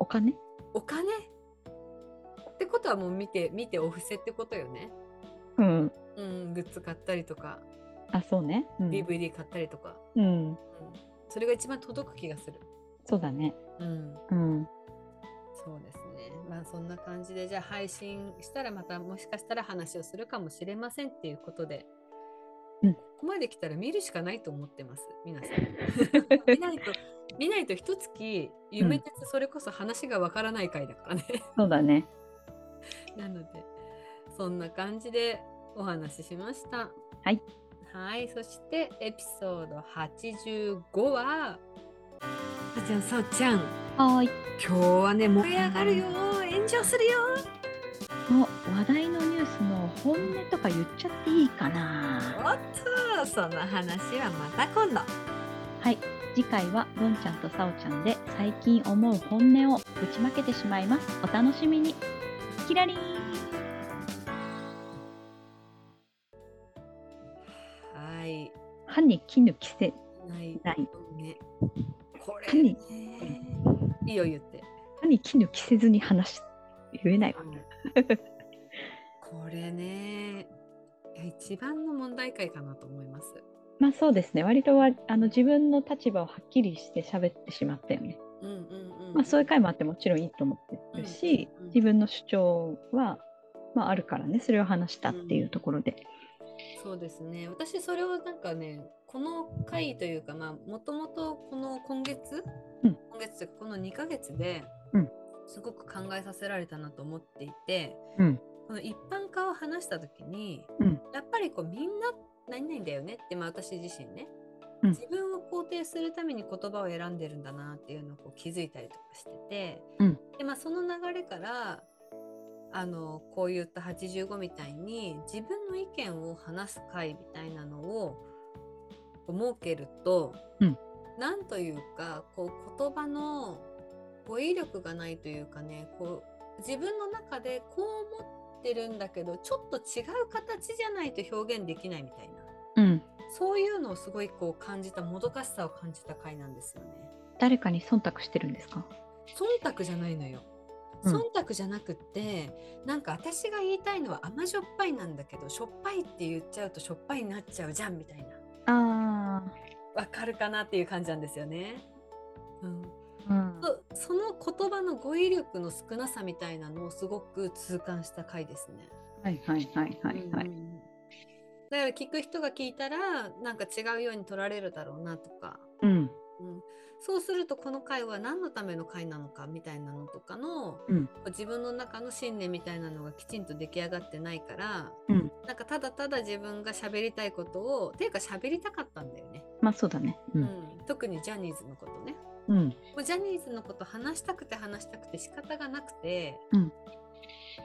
[SPEAKER 2] お金
[SPEAKER 1] お金。ってことはもう見て見てお布施ってことよね。
[SPEAKER 2] うん
[SPEAKER 1] うん、グッズ買ったりとか、
[SPEAKER 2] あそうねうん
[SPEAKER 1] DVD 買ったりとか、
[SPEAKER 2] うん、
[SPEAKER 1] うん、それが一番届く気がする。
[SPEAKER 2] そうだね
[SPEAKER 1] うん、
[SPEAKER 2] うん
[SPEAKER 1] そうですね。まあそんな感じでじゃあ配信したらまたもしかしたら話をするかもしれませんっていうことで。
[SPEAKER 2] うん
[SPEAKER 1] ここまで来たら見るしかないと思ってます、皆 さん。見ないと、見ないと一月夢鉄それこそ話がわからない回だからね。
[SPEAKER 2] そうだね
[SPEAKER 1] なのでそんな感じでお話ししました。
[SPEAKER 2] はい。
[SPEAKER 1] はい、そしてエピソード85はあちゃんさおちゃん
[SPEAKER 2] はーい
[SPEAKER 1] 今日はね燃え上がるよ炎上するよ
[SPEAKER 2] もう話題のニュースの本音とか言っちゃっていいかな
[SPEAKER 1] おっとその話はまた今度
[SPEAKER 2] 次回は文ちゃんとさおちゃんで最近思う本音をぶちまけてしまいますお楽しみにキラリン
[SPEAKER 1] はい
[SPEAKER 2] 歯に絹着せ
[SPEAKER 1] ない
[SPEAKER 2] ない
[SPEAKER 1] ねこれ
[SPEAKER 2] 何
[SPEAKER 1] ねいいよ言って
[SPEAKER 2] 歯に絹着せずに話し言えないわ
[SPEAKER 1] これねいや一番の問題解かなと思います
[SPEAKER 2] まあそうですね割とはあの自分の立場をはっきりして喋ってしまったよね、
[SPEAKER 1] うんうんうん
[SPEAKER 2] まあ、そういう回もあってもちろんいいと思ってるし、
[SPEAKER 1] うんうんうん
[SPEAKER 2] 自分の主張は、まあ、あるからねそれを話したっていうところで、
[SPEAKER 1] そうですね私それをなんかねこの回というかまあもともとこの今月、
[SPEAKER 2] うん
[SPEAKER 1] 今月というかこの2ヶ月で、
[SPEAKER 2] うん
[SPEAKER 1] すごく考えさせられたなと思っていて、
[SPEAKER 2] うん
[SPEAKER 1] この一般化を話した時に、
[SPEAKER 2] うん
[SPEAKER 1] やっぱりこうみんな何々だよねって、まあ、私自身ね
[SPEAKER 2] うん
[SPEAKER 1] 自分を肯定するために言葉を選んでるんだなっていうのをこう気づいたりとかしてて、
[SPEAKER 2] うん
[SPEAKER 1] でまあ、その流れからあのこういった85みたいに自分の意見を話す会みたいなのをこう設けると、
[SPEAKER 2] うん
[SPEAKER 1] なんというかこう言葉の語彙力がないというかねこう自分の中でこう思ってるんだけどちょっと違う形じゃないと表現できないみたいな。
[SPEAKER 2] うん、
[SPEAKER 1] そういうのをすごいこう感じたもどかしさを感じた回なんですよね。
[SPEAKER 2] 誰かに忖度してるんですか
[SPEAKER 1] 忖度じゃないのよ。
[SPEAKER 2] うん
[SPEAKER 1] 忖度じゃなくって、なんか私が言いたいのは甘じょっぱいなんだけどしょっぱいって言っちゃうとしょっぱいになっちゃうじゃんみたいな
[SPEAKER 2] あ
[SPEAKER 1] わかるかなっていう感じなんですよね。うん、
[SPEAKER 2] あ、うん
[SPEAKER 1] そその言葉の語彙力の少なさみたいなのをすごく痛感した回ですね。
[SPEAKER 2] はいはいはいはいは
[SPEAKER 1] う
[SPEAKER 2] い
[SPEAKER 1] んうんうんだから聞く人が聞いたらなんか違うように取られるだろうなとか
[SPEAKER 2] うん
[SPEAKER 1] うん、そうするとこの会は何のための会なのかみたいなのとかの、
[SPEAKER 2] うん
[SPEAKER 1] 自分の中の信念みたいなのがきちんと出来上がってないから、
[SPEAKER 2] うん
[SPEAKER 1] なんかただただ自分が喋りたいことをていうか喋りたかったんだよね、
[SPEAKER 2] まあそうだねう
[SPEAKER 1] うんん特にジャニーズのことね
[SPEAKER 2] うん
[SPEAKER 1] もうジャニーズのこと話したくて話したくて仕方がなくて、
[SPEAKER 2] うん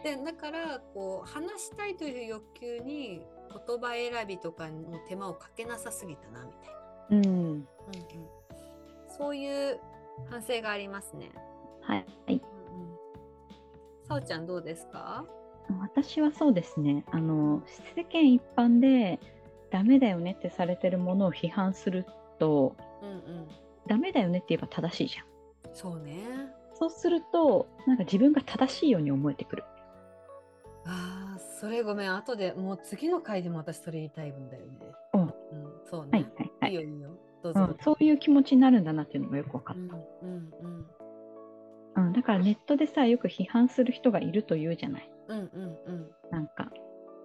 [SPEAKER 1] でだからこう話したいという欲求に言葉選びとかの手間をかけなさすぎたなみたいな。
[SPEAKER 2] うん
[SPEAKER 1] うんうん、そういう反省がありますね。
[SPEAKER 2] はい、はい、
[SPEAKER 1] うんうんさおちゃんどうですか？
[SPEAKER 2] 私はそうですねあの世間一般でダメだよねってされてるものを批判すると
[SPEAKER 1] うんうん。
[SPEAKER 2] ダメだよねって言えば正しいじゃん
[SPEAKER 1] そうね。
[SPEAKER 2] そうするとなんか自分が正しいように思えてくる
[SPEAKER 1] ああ、それごめん。後でもう次の回でも私それ言いたい分だよね。
[SPEAKER 2] うん
[SPEAKER 1] うん、そう
[SPEAKER 2] はい
[SPEAKER 1] ね。
[SPEAKER 2] はいはい
[SPEAKER 1] い、よいいよ。どう
[SPEAKER 2] う
[SPEAKER 1] ぞ。
[SPEAKER 2] ん、そういう気持ちになるんだなっていうのもよく分か
[SPEAKER 1] う
[SPEAKER 2] っ
[SPEAKER 1] んうんうん
[SPEAKER 2] た、うん、だからネットでさよく批判する人がいると言うじゃない
[SPEAKER 1] うんうんうん
[SPEAKER 2] なんか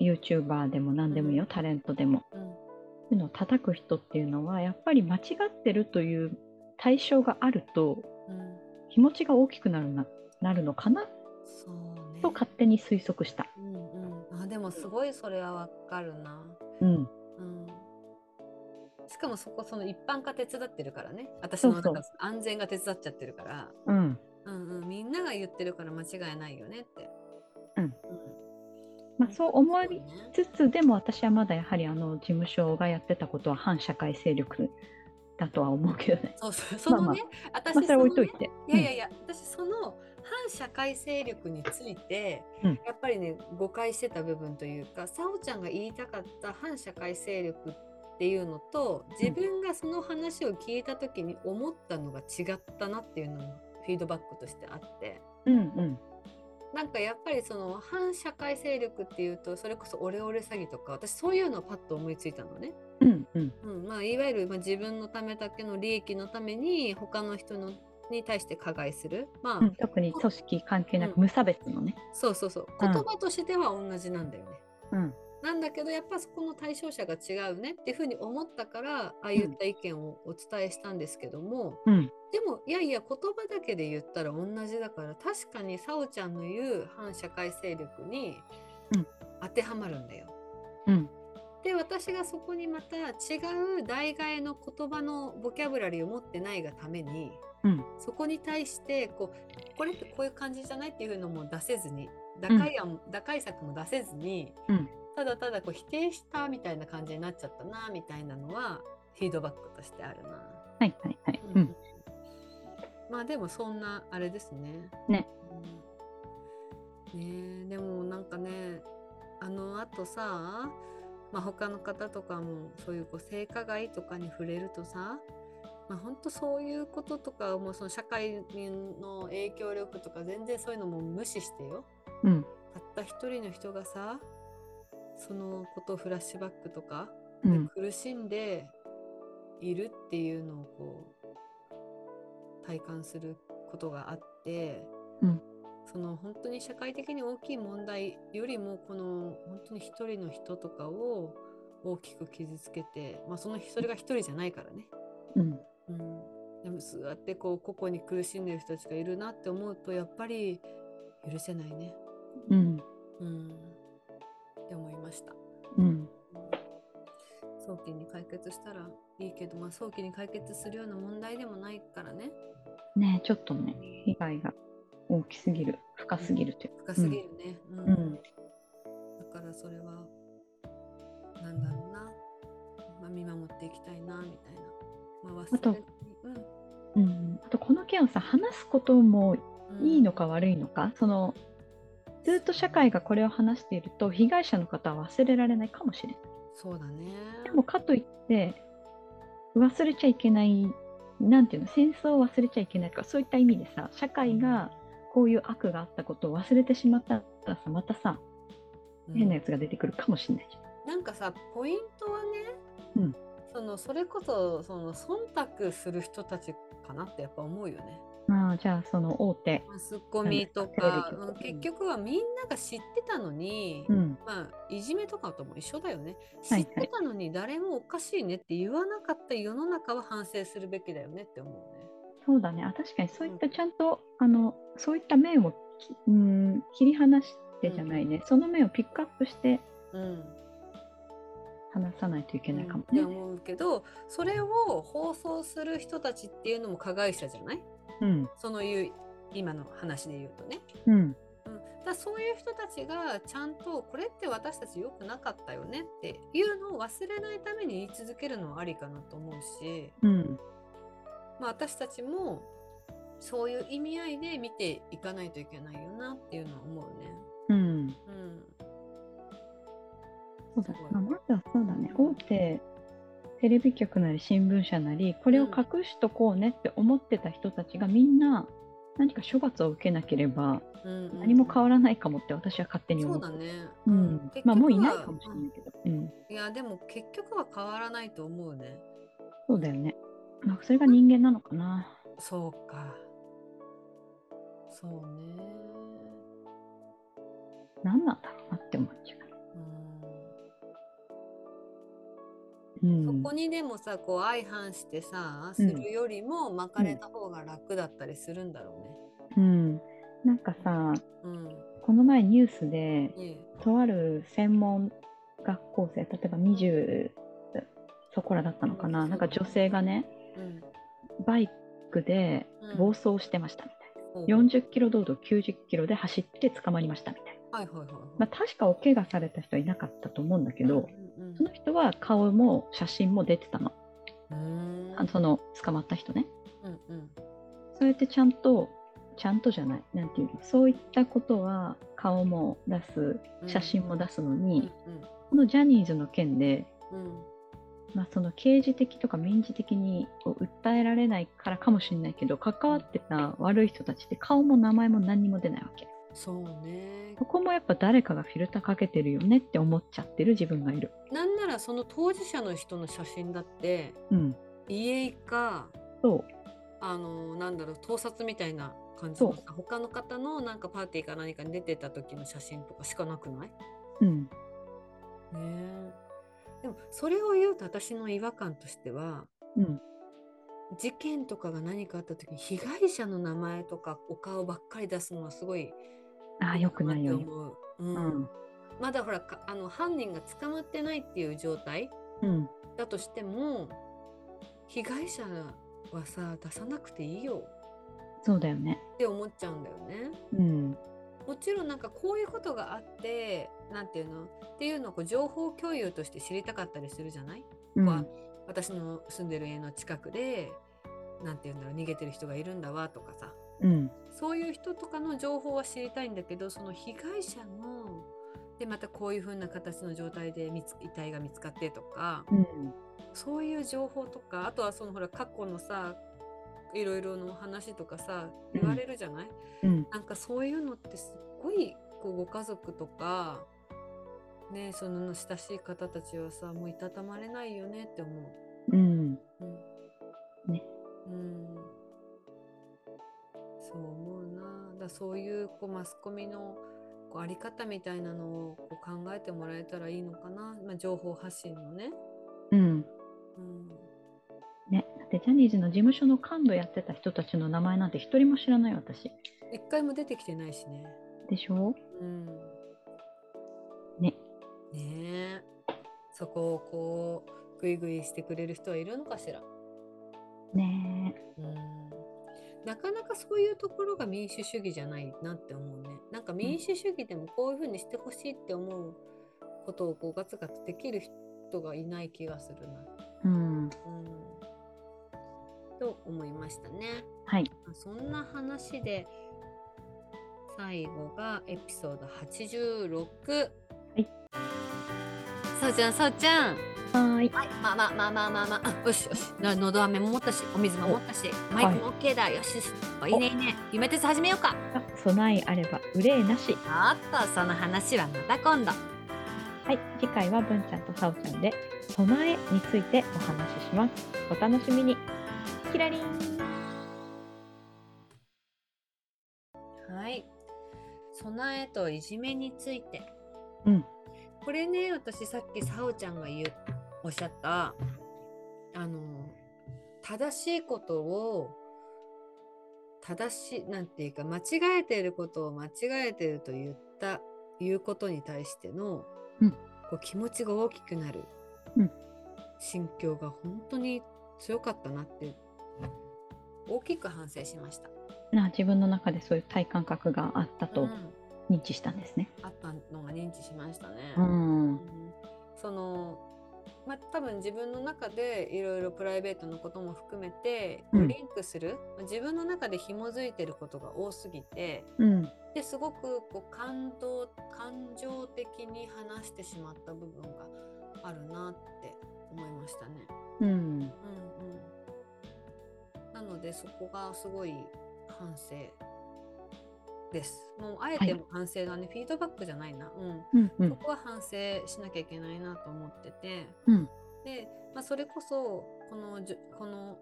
[SPEAKER 2] YouTuber でも何でもいいよタレントでも
[SPEAKER 1] うん
[SPEAKER 2] そういうのを叩く人っていうのはやっぱり間違ってるという対象があると
[SPEAKER 1] うん。
[SPEAKER 2] 気持ちが大きくなるななるのかな
[SPEAKER 1] そうね。
[SPEAKER 2] と勝手に推測した、
[SPEAKER 1] うんうん。あでもすごいそれはわかるな。
[SPEAKER 2] うん、
[SPEAKER 1] うんしかもそこその一般化手伝ってるからね私
[SPEAKER 2] そ
[SPEAKER 1] のな
[SPEAKER 2] うんそ
[SPEAKER 1] か安全が手伝っちゃってるから
[SPEAKER 2] うん、
[SPEAKER 1] うんうん、みんなが言ってるから間違いないよねって、
[SPEAKER 2] うん
[SPEAKER 1] うん
[SPEAKER 2] まあ、そう思い
[SPEAKER 1] そうね
[SPEAKER 2] つつでも私はまだやはりあの事務所がやってたことは反社会勢力だとは思うけどね。
[SPEAKER 1] そうそうそのね、私
[SPEAKER 2] まあ、それは置いとい
[SPEAKER 1] そ
[SPEAKER 2] て。
[SPEAKER 1] のねいやいやいや、私その反社会勢力について、
[SPEAKER 2] うん
[SPEAKER 1] やっぱりね誤解してた部分というかさおちゃんが言いたかった反社会勢力っていうのと自分がその話を聞いた時に思ったのが違ったなっていうのもフィードバックとしてあって。
[SPEAKER 2] うんうん
[SPEAKER 1] なんかやっぱりその反社会勢力っていうとそれこそオレオレ詐欺とか私そういうのをパッと思いついたのね、
[SPEAKER 2] うんうん
[SPEAKER 1] うんまあ、いわゆるまあ自分のためだけの利益のために他の人のに対して加害するまあ、
[SPEAKER 2] うん、特に組織関係なく無差別のね。
[SPEAKER 1] そうそうそう言葉としては同じなんだよね、
[SPEAKER 2] うん
[SPEAKER 1] なんだけどやっぱそこの対象者が違うねっていうふうに思ったからああいった意見をお伝えしたんですけども、
[SPEAKER 2] うん
[SPEAKER 1] でもいやいや言葉だけで言ったら同じだから確かにさおちゃんの言う反社会勢力に
[SPEAKER 2] うん
[SPEAKER 1] 当てはまるんだよ。
[SPEAKER 2] うん
[SPEAKER 1] で私がそこにまた違う代替えの言葉のボキャブラリーを持ってないがために、
[SPEAKER 2] うん
[SPEAKER 1] そこに対してこうこれってこういう感じじゃないっていうのも出せずに打開案、打開策も出せずに、
[SPEAKER 2] うん
[SPEAKER 1] ただただこう否定したみたいな感じになっちゃったなみたいなのはフィードバックとしてあるな。
[SPEAKER 2] はいはいはい。うん
[SPEAKER 1] まあでもそんなあれですね。
[SPEAKER 2] ね。
[SPEAKER 1] うん、ねえでもなんかねあのあとさ、まあ、他の方とかもそういうこう性加害とかに触れるとさまあ、本当そういうこととかもうその社会の影響力とか全然そういうのも無視してよ
[SPEAKER 2] うん
[SPEAKER 1] たった一人の人がさそのことをフラッシュバックとか
[SPEAKER 2] う
[SPEAKER 1] で
[SPEAKER 2] ん
[SPEAKER 1] 苦しんでいるっていうのをこう体感することがあって、
[SPEAKER 2] うん
[SPEAKER 1] その本当に社会的に大きい問題よりもこの本当に一人の人とかを大きく傷つけて、まあ、そのそれが一人じゃないからね。
[SPEAKER 2] うん
[SPEAKER 1] うん、でもそうやってこう個々に苦しんでる人たちがいるなって思うとやっぱり許せないね。
[SPEAKER 2] うん
[SPEAKER 1] うん、って思いました。
[SPEAKER 2] うん
[SPEAKER 1] そう早期に解決したらいいけど、まあ、早期に解決するような問題でもないからね
[SPEAKER 2] ねちょっとね被害が大きすぎる深すぎるというか
[SPEAKER 1] 深すぎるね、うん
[SPEAKER 2] うん
[SPEAKER 1] だからそれはなんだろうな、まあ、見守っていきたいなみたいな、まあ、
[SPEAKER 2] あと
[SPEAKER 1] 忘れずに
[SPEAKER 2] うん、あとこの件をさ話すことも
[SPEAKER 1] うんうん
[SPEAKER 2] いいのか悪いのかそのずっと社会がこれを話していると被害者の方は忘れられないかもしれない
[SPEAKER 1] そうだね
[SPEAKER 2] でもかといって忘れちゃいけないなんていうの戦争を忘れちゃいけないとかそういった意味でさ社会がこういう悪があったことを忘れてしまったらさまたさ
[SPEAKER 1] うん
[SPEAKER 2] 変なやつが出てくるかもしれないじゃん
[SPEAKER 1] なんかさポイントはね、
[SPEAKER 2] うん
[SPEAKER 1] そのそれこそその忖度する人たちかなってやっぱ思うよね。
[SPEAKER 2] まあじゃあその大手
[SPEAKER 1] マスコミ
[SPEAKER 2] な
[SPEAKER 1] と
[SPEAKER 2] んだ
[SPEAKER 1] か、
[SPEAKER 2] テレビとか
[SPEAKER 1] うん結局はみんなが知ってたのに、
[SPEAKER 2] うん
[SPEAKER 1] まあ、いじめとかとも一緒だよね。
[SPEAKER 2] は
[SPEAKER 1] 知
[SPEAKER 2] い
[SPEAKER 1] ってたのに誰もおかしいねって言わなかった世の中は反省するべきだよねって思うね。
[SPEAKER 2] そうだねあ確かにそういったちゃんと、あのそういった面をきうん切り離してじゃないね、その面をピックアップして
[SPEAKER 1] うん、
[SPEAKER 2] 話さないといけないかも
[SPEAKER 1] うん
[SPEAKER 2] ね
[SPEAKER 1] って。思うけどそれを放送する人たちっていうのも加害者じゃない
[SPEAKER 2] うん、
[SPEAKER 1] そのいう今の話で言うとね。
[SPEAKER 2] うん、
[SPEAKER 1] うん、だからそういう人たちがちゃんとこれって私たち良くなかったよねっていうのを忘れないために言い続けるのはありかなと思うし、
[SPEAKER 2] うん、
[SPEAKER 1] まあ、私たちもそういう意味合いで見ていかないといけないよなっていうのは思うね。
[SPEAKER 2] うん、
[SPEAKER 1] うん、
[SPEAKER 2] そうだ
[SPEAKER 1] す
[SPEAKER 2] ね
[SPEAKER 1] ごい。
[SPEAKER 2] まあまずはそうだね。大手テレビ局なり新聞社なり、これを隠しとこうねって思ってた人たちがみんな何か処罰を受けなければ
[SPEAKER 1] うんうん
[SPEAKER 2] 何も変わらないかもって私は勝手に
[SPEAKER 1] そ
[SPEAKER 2] 思
[SPEAKER 1] う
[SPEAKER 2] う。
[SPEAKER 1] だね。
[SPEAKER 2] うん
[SPEAKER 1] 結局、は
[SPEAKER 2] まあもういないかもしれないけど。うん、
[SPEAKER 1] いやでも結局は変わらないと思うね。
[SPEAKER 2] そうだよね。まあそれが人間なのかな。
[SPEAKER 1] そうか。そうね。
[SPEAKER 2] 何なんだろうなって思っちゃ
[SPEAKER 1] うん
[SPEAKER 2] う。う
[SPEAKER 1] そ
[SPEAKER 2] ん
[SPEAKER 1] こ、にでもさこう相反してさす
[SPEAKER 2] うん
[SPEAKER 1] るよりも巻かれた方が楽だったりするんだろ
[SPEAKER 2] うん、なんかさ、
[SPEAKER 1] うね。うん。
[SPEAKER 2] この前ニュースで
[SPEAKER 1] ね
[SPEAKER 2] とある専門学校生例えば20そこらだったのかななんか女性がね
[SPEAKER 1] うん。
[SPEAKER 2] バイクで
[SPEAKER 1] うん
[SPEAKER 2] 暴走してましたみ
[SPEAKER 1] ほう
[SPEAKER 2] たいな、40キロ道路を90キロで走って捕まりましたみたいな、
[SPEAKER 1] はいはいはいはい。
[SPEAKER 2] まあ、確かお怪我された人はいなかったと思うんだけど
[SPEAKER 1] うんうん
[SPEAKER 2] その人は顔も写真も出てたの
[SPEAKER 1] うん。
[SPEAKER 2] あのその捕まった人ね
[SPEAKER 1] うんうん。
[SPEAKER 2] そうやってちゃんとちゃんとじゃないなんていうのそういったことは顔も出す
[SPEAKER 1] うん
[SPEAKER 2] 写真も出すのに、
[SPEAKER 1] うん
[SPEAKER 2] このジャニーズの件で
[SPEAKER 1] うん。
[SPEAKER 2] まあ、その刑事的とか民事的にこう訴えられないからかもしれないけど関わってた悪い人たちって顔も名前も何にも出ないわけ
[SPEAKER 1] そうね
[SPEAKER 2] こ。こもやっぱ誰かがフィルターかけてるよねって思っちゃってる自分がいる
[SPEAKER 1] なんならその当事者の人の写真だって
[SPEAKER 2] うん
[SPEAKER 1] 家か
[SPEAKER 2] そう
[SPEAKER 1] あのなんだろう盗撮みたいな感じ
[SPEAKER 2] そう
[SPEAKER 1] のさ他の方のなんかパーティーか何かに出てた時の写真とかしかなくない
[SPEAKER 2] うん
[SPEAKER 1] ねえでもそれを言うと私の違和感としては
[SPEAKER 2] うん
[SPEAKER 1] 事件とかが何かあった時に被害者の名前とかお顔ばっかり出すのはすごい
[SPEAKER 2] ああよくないよ
[SPEAKER 1] って
[SPEAKER 2] ね
[SPEAKER 1] 思う、うん
[SPEAKER 2] うん
[SPEAKER 1] まだほらかあの犯人が捕まってないっていう状態
[SPEAKER 2] うん
[SPEAKER 1] だとしても被害者はさ出さなくていいよ
[SPEAKER 2] そうだよね
[SPEAKER 1] って思っちゃうんだよね。
[SPEAKER 2] うん
[SPEAKER 1] もちろんなんかこういうことがあってなんていうのっていうのをこう情報共有として知りたかったりするじゃない
[SPEAKER 2] うん
[SPEAKER 1] は私の住んでる家の近くでなんて言うんだろう逃げてる人がいるんだわとかさ
[SPEAKER 2] うん
[SPEAKER 1] そういう人とかの情報は知りたいんだけどその被害者のでまたこういう風な形の状態で見つ遺体が見つかってとか
[SPEAKER 2] うん
[SPEAKER 1] そういう情報とかあとはそのほら過去のさいろいろの話とかさ
[SPEAKER 2] うん
[SPEAKER 1] 言われるじゃない、
[SPEAKER 2] うん
[SPEAKER 1] なんかそういうのってすっごいこうご家族とかねその親しい方たちはさもういたたまれないよねって思
[SPEAKER 2] う
[SPEAKER 1] う。
[SPEAKER 2] ん
[SPEAKER 1] うん
[SPEAKER 2] ね。
[SPEAKER 1] うん。そう思うな。だからそういうこうマスコミのこうあり方みたいなのをこう考えてもらえたらいいのかな。まあ、情報発信のね。
[SPEAKER 2] うん
[SPEAKER 1] うん。
[SPEAKER 2] ねだってジャニーズの事務所の幹部やってた人たちの名前なんて一人も知らない私
[SPEAKER 1] 一回も出てきてないしね。
[SPEAKER 2] でしょ
[SPEAKER 1] うん。
[SPEAKER 2] ね
[SPEAKER 1] ねえ。そこをこうグイグイしてくれる人はいるのかしら。
[SPEAKER 2] ね
[SPEAKER 1] うんなかなかそういうところが民主主義じゃないなって思うね。なんか民主主義でもこういうふうにしてほしいって思うことをこうガツガツできる人がいない気がするな。
[SPEAKER 2] えうん
[SPEAKER 1] うん、と思いましたね。
[SPEAKER 2] はい
[SPEAKER 1] まあそんな話で最後がエピソード86。
[SPEAKER 2] い
[SPEAKER 1] さおちゃん、さおちゃ
[SPEAKER 2] は
[SPEAKER 1] ん。
[SPEAKER 2] ーい
[SPEAKER 1] はい、まあまあまあまあまあまあ、よしよし、なのど飴も持ったし、お水も持ったし、マイクも OK だ、よしよし、いいねいいね、夢鉄始めようか。
[SPEAKER 2] あ備えあれば憂いなし
[SPEAKER 1] あっと、その話はまた今度。
[SPEAKER 2] はい次回は文ちゃんとさおちゃんで備えについてお話ししますお楽しみにキラリン
[SPEAKER 1] はい。備えといじめについて。
[SPEAKER 2] うん。
[SPEAKER 1] これね、私さっきさおちゃんが言う、おっしゃった、あの、正しいことを、正しい、なんていうか、間違えていることを間違えていると言った、いうことに対しての、
[SPEAKER 2] うん
[SPEAKER 1] こう気持ちが大きくなる、
[SPEAKER 2] うん
[SPEAKER 1] 心境が本当に強かったなって、大きく反省しました。
[SPEAKER 2] な自分の中でそういう体感覚があった
[SPEAKER 1] う
[SPEAKER 2] と
[SPEAKER 1] ん
[SPEAKER 2] 認知したんですね
[SPEAKER 1] あったのが認知しましたね。
[SPEAKER 2] うん
[SPEAKER 1] うんそのまあ多分自分の中でいろいろプライベートのことも含めて
[SPEAKER 2] うん
[SPEAKER 1] リンクする、自分の中で紐づいてることが多すぎて
[SPEAKER 2] うん
[SPEAKER 1] ですごくこう感動感情的に話してしまった部分があるなって思いましたね。
[SPEAKER 2] うん
[SPEAKER 1] うんうん、なのでそこがすごい反省です。もうあえ
[SPEAKER 2] は
[SPEAKER 1] て
[SPEAKER 2] い
[SPEAKER 1] も反省だね、フィードバックじゃないな。うん
[SPEAKER 2] うんう
[SPEAKER 1] そ
[SPEAKER 2] ん
[SPEAKER 1] こは反省しなきゃいけないなと思ってて、
[SPEAKER 2] うん
[SPEAKER 1] で、まあ、それこそこのじゅこの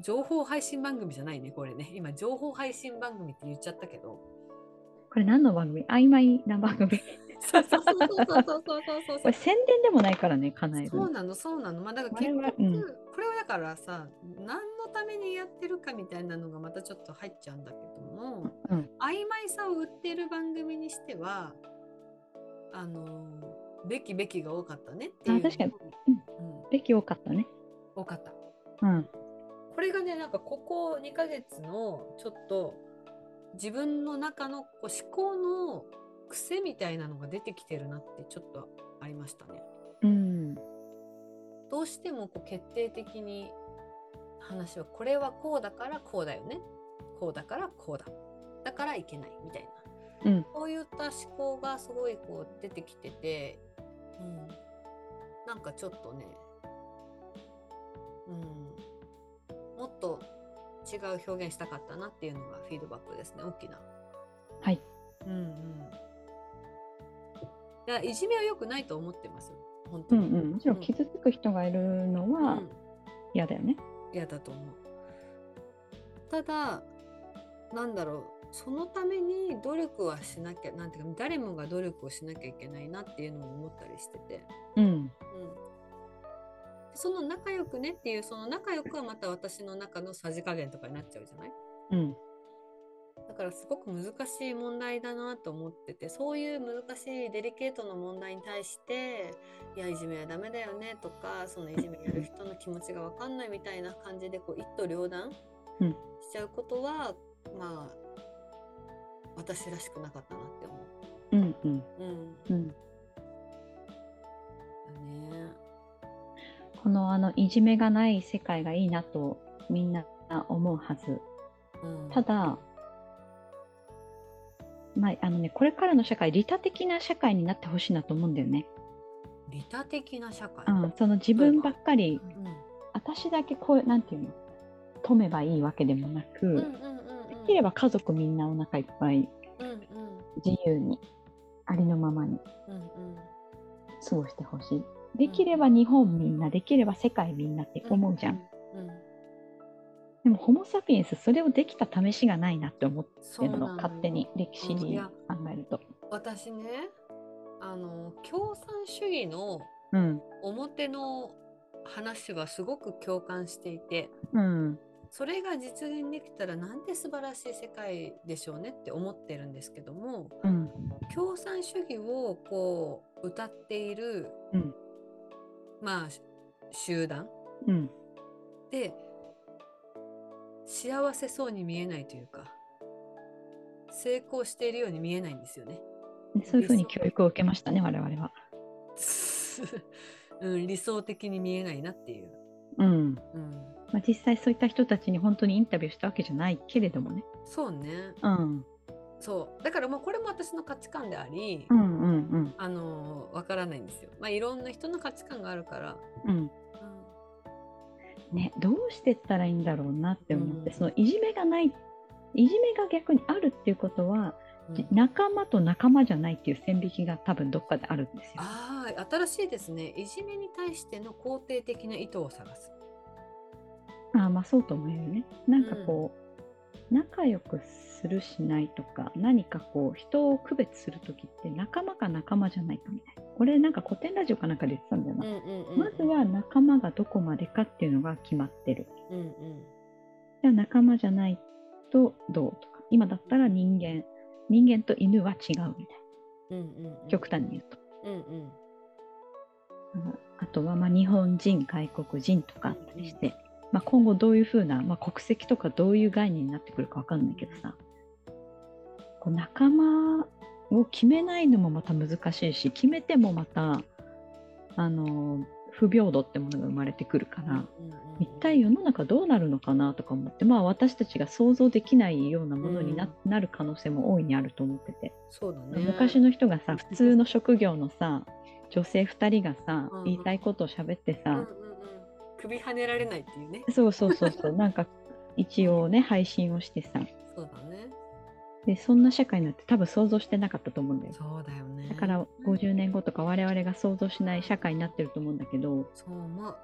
[SPEAKER 1] 情報配信番組じゃないねこれね今情報配信番組って言っちゃったけど
[SPEAKER 2] これ何の番組曖昧な番組
[SPEAKER 1] そうそうそうそうそうそうそう
[SPEAKER 2] こ
[SPEAKER 1] そう
[SPEAKER 2] れ宣伝でもないからね叶える
[SPEAKER 1] そうなのそうなのまあだから
[SPEAKER 2] 我
[SPEAKER 1] 結
[SPEAKER 2] 々
[SPEAKER 1] 局、
[SPEAKER 2] うん
[SPEAKER 1] これはだからさ何のためにやってるかみたいなのがまたちょっと入っちゃうんだけども、
[SPEAKER 2] うん
[SPEAKER 1] 曖昧さを売ってる番組にしてはあのべきべきが多かったねっていう
[SPEAKER 2] あ確かに
[SPEAKER 1] うん
[SPEAKER 2] べき多かったね
[SPEAKER 1] 多かった
[SPEAKER 2] うん
[SPEAKER 1] これがねなんかここ2ヶ月のちょっと自分の中のこう思考の癖みたいなのが出てきてるなってちょっとありましたね。
[SPEAKER 2] うん
[SPEAKER 1] どうしてもこう決定的に話はこれはこうだからこうだよねこうだからこうだだからいけないみたいな、
[SPEAKER 2] うん
[SPEAKER 1] こういった思考がすごいこう出てきてて、うん、なんかちょっとね、うん、もっと違う表現したかったなっていうのがフィードバックですね大きな。
[SPEAKER 2] はい、
[SPEAKER 1] うんうん、だからいじめは良くないと思ってます本
[SPEAKER 2] う
[SPEAKER 1] 当
[SPEAKER 2] ん
[SPEAKER 1] に。
[SPEAKER 2] うんもちろん傷つく人がいるの
[SPEAKER 1] う
[SPEAKER 2] は
[SPEAKER 1] ん
[SPEAKER 2] 嫌だよね
[SPEAKER 1] 嫌だと思う。ただなんだろうそのために努力はしなきゃなんていうか誰もが努力をしなきゃいけないなっていうのも思ったりしてて、
[SPEAKER 2] うん
[SPEAKER 1] うん、その仲良くねっていうその仲良くはまた私の中のさじ加減とかになっちゃうじゃない
[SPEAKER 2] うん
[SPEAKER 1] だからすごく難しい問題だなと思っててそういう難しいデリケートな問題に対して「いやいじめはダメだよね」とか「そのいじめやる人の気持ちが分かんない」みたいな感じでこう一刀両断し
[SPEAKER 2] うん
[SPEAKER 1] ちゃうことは、まあ私らしくなかったなって思
[SPEAKER 2] うんうん
[SPEAKER 1] う。うん、
[SPEAKER 2] うん
[SPEAKER 1] だね。
[SPEAKER 2] このあのいじめがない世界がいいなとみんな思うはず
[SPEAKER 1] うん、
[SPEAKER 2] ただ、まああのね、これからの社会利他的な社会になってほしいなと思うんだよね、
[SPEAKER 1] 利他的な社会。
[SPEAKER 2] うん、その自分ばっかり
[SPEAKER 1] うん
[SPEAKER 2] 私だけこうなんていうの止めばいいわけでもなく、
[SPEAKER 1] うんう
[SPEAKER 2] で
[SPEAKER 1] んうんうん
[SPEAKER 2] きれば家族みんなお腹いっぱい
[SPEAKER 1] うんうん
[SPEAKER 2] 自由にありのままに
[SPEAKER 1] うんうん
[SPEAKER 2] 過ごしてほしいできれば日本みんなできれば世界みんなって思うじゃん、。
[SPEAKER 1] うんうん
[SPEAKER 2] でもホモ・サピエンスそれをできた試しがないなって思って
[SPEAKER 1] そ
[SPEAKER 2] る
[SPEAKER 1] うな
[SPEAKER 2] の
[SPEAKER 1] の
[SPEAKER 2] 勝手に歴史
[SPEAKER 1] うんい
[SPEAKER 2] に
[SPEAKER 1] や
[SPEAKER 2] 考えると。
[SPEAKER 1] 私ねあの共産主義の
[SPEAKER 2] うん
[SPEAKER 1] 表の話はすごく共感していて
[SPEAKER 2] うん
[SPEAKER 1] それが実現できたらなんて素晴らしい世界でしょうねって思ってるんですけども
[SPEAKER 2] うん
[SPEAKER 1] 共産主義をこう歌っている、
[SPEAKER 2] うん
[SPEAKER 1] まあ集団
[SPEAKER 2] うん。
[SPEAKER 1] で幸せそうに見えないというか成功しているように見えないんですよね。
[SPEAKER 2] そういうふうに教育を受けましたね、我々は。
[SPEAKER 1] うん、理想的に見えないなっていう。
[SPEAKER 2] うん。
[SPEAKER 1] うん、
[SPEAKER 2] まあ、実際そういった人たちに本当にインタビューしたわけじゃないけれどもね。
[SPEAKER 1] そうね。
[SPEAKER 2] うん。
[SPEAKER 1] そう。だからもうこれも私の価値観であり、
[SPEAKER 2] うんうんうん。
[SPEAKER 1] あのわからないんですよ。まあいろんな人の価値観があるから。
[SPEAKER 2] うん。ね、どうしてったらいいんだろうなって思って、
[SPEAKER 1] うん
[SPEAKER 2] そのいじめがないいじめが逆にあるっていうことは、
[SPEAKER 1] うん
[SPEAKER 2] 仲間と仲間じゃないっていう線引きが多分どっかであるんですよ。
[SPEAKER 1] ああ新しいですね。いじめに対しての肯定的な意図を探す。
[SPEAKER 2] ああまあそうと思えるね。なんかこう、仲良くするしないとか何かこう人を区別する時って仲間か仲間じゃないかみたいなこれなんか古典ラジオかなんかで言ってたんだよ
[SPEAKER 1] う
[SPEAKER 2] な。
[SPEAKER 1] んうんうん、
[SPEAKER 2] まずは仲間がどこまでかっていうのが決まってる。
[SPEAKER 1] うんうん
[SPEAKER 2] じゃあ仲間じゃないとどうとか今だったら人間人間と犬は違うみたい
[SPEAKER 1] うんうんうん
[SPEAKER 2] な極端に言うと。
[SPEAKER 1] うんうん
[SPEAKER 2] うんあとはまあ日本人外国人とかあったりして、まあ、今後どういうふうな、まあ、国籍とかどういう概念になってくるかわかんないけどさこう仲間を決めないのもまた難しいし決めてもまたあの不平等ってものが生まれてくるから
[SPEAKER 1] うんうんうん
[SPEAKER 2] 一体世の中どうなるのかなとか思って、まあ、私たちが想像できないようなものにな,、なる可能性も大いにあると思ってて。
[SPEAKER 1] そうだね。
[SPEAKER 2] 昔の人がさ普通の職業のさ女性2人がさ、
[SPEAKER 1] うん
[SPEAKER 2] 言いたいことを喋って
[SPEAKER 1] うんう
[SPEAKER 2] さ
[SPEAKER 1] んうん、首跳ねられないっていうね。
[SPEAKER 2] そうそうそう そうなんか一応ね配信をしてさ
[SPEAKER 1] そうだね。
[SPEAKER 2] でそんな社会なんて多分想像してなかったと思うんだよ
[SPEAKER 1] そうだよね。
[SPEAKER 2] だから50年後とか我々が想像しない社会になってると思うんだけど
[SPEAKER 1] そう思う。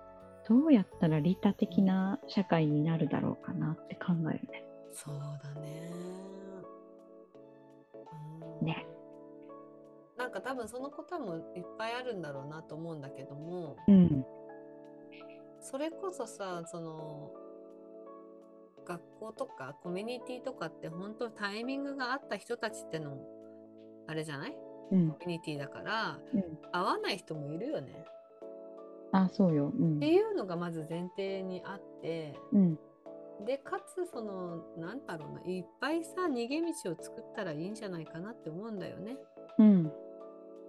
[SPEAKER 2] どうやったら利他的な社会になるだろうかなって考えるね
[SPEAKER 1] そうだね。うん
[SPEAKER 2] ね。
[SPEAKER 1] なんか多分その答えもいっぱいあるんだろうなと思うんだけども、
[SPEAKER 2] うん
[SPEAKER 1] それこそさその学校とかコミュニティとかって本当タイミングがあった人たちってのもあれじゃない
[SPEAKER 2] うん
[SPEAKER 1] コミュニティだから、
[SPEAKER 2] うん
[SPEAKER 1] 合わない人もいるよね。
[SPEAKER 2] あそうようん
[SPEAKER 1] っていうのがまず前提にあって
[SPEAKER 2] うん
[SPEAKER 1] でかつそのなんだろうないっぱいさ逃げ道を作ったらいいんじゃないかなって思うんだよね
[SPEAKER 2] うん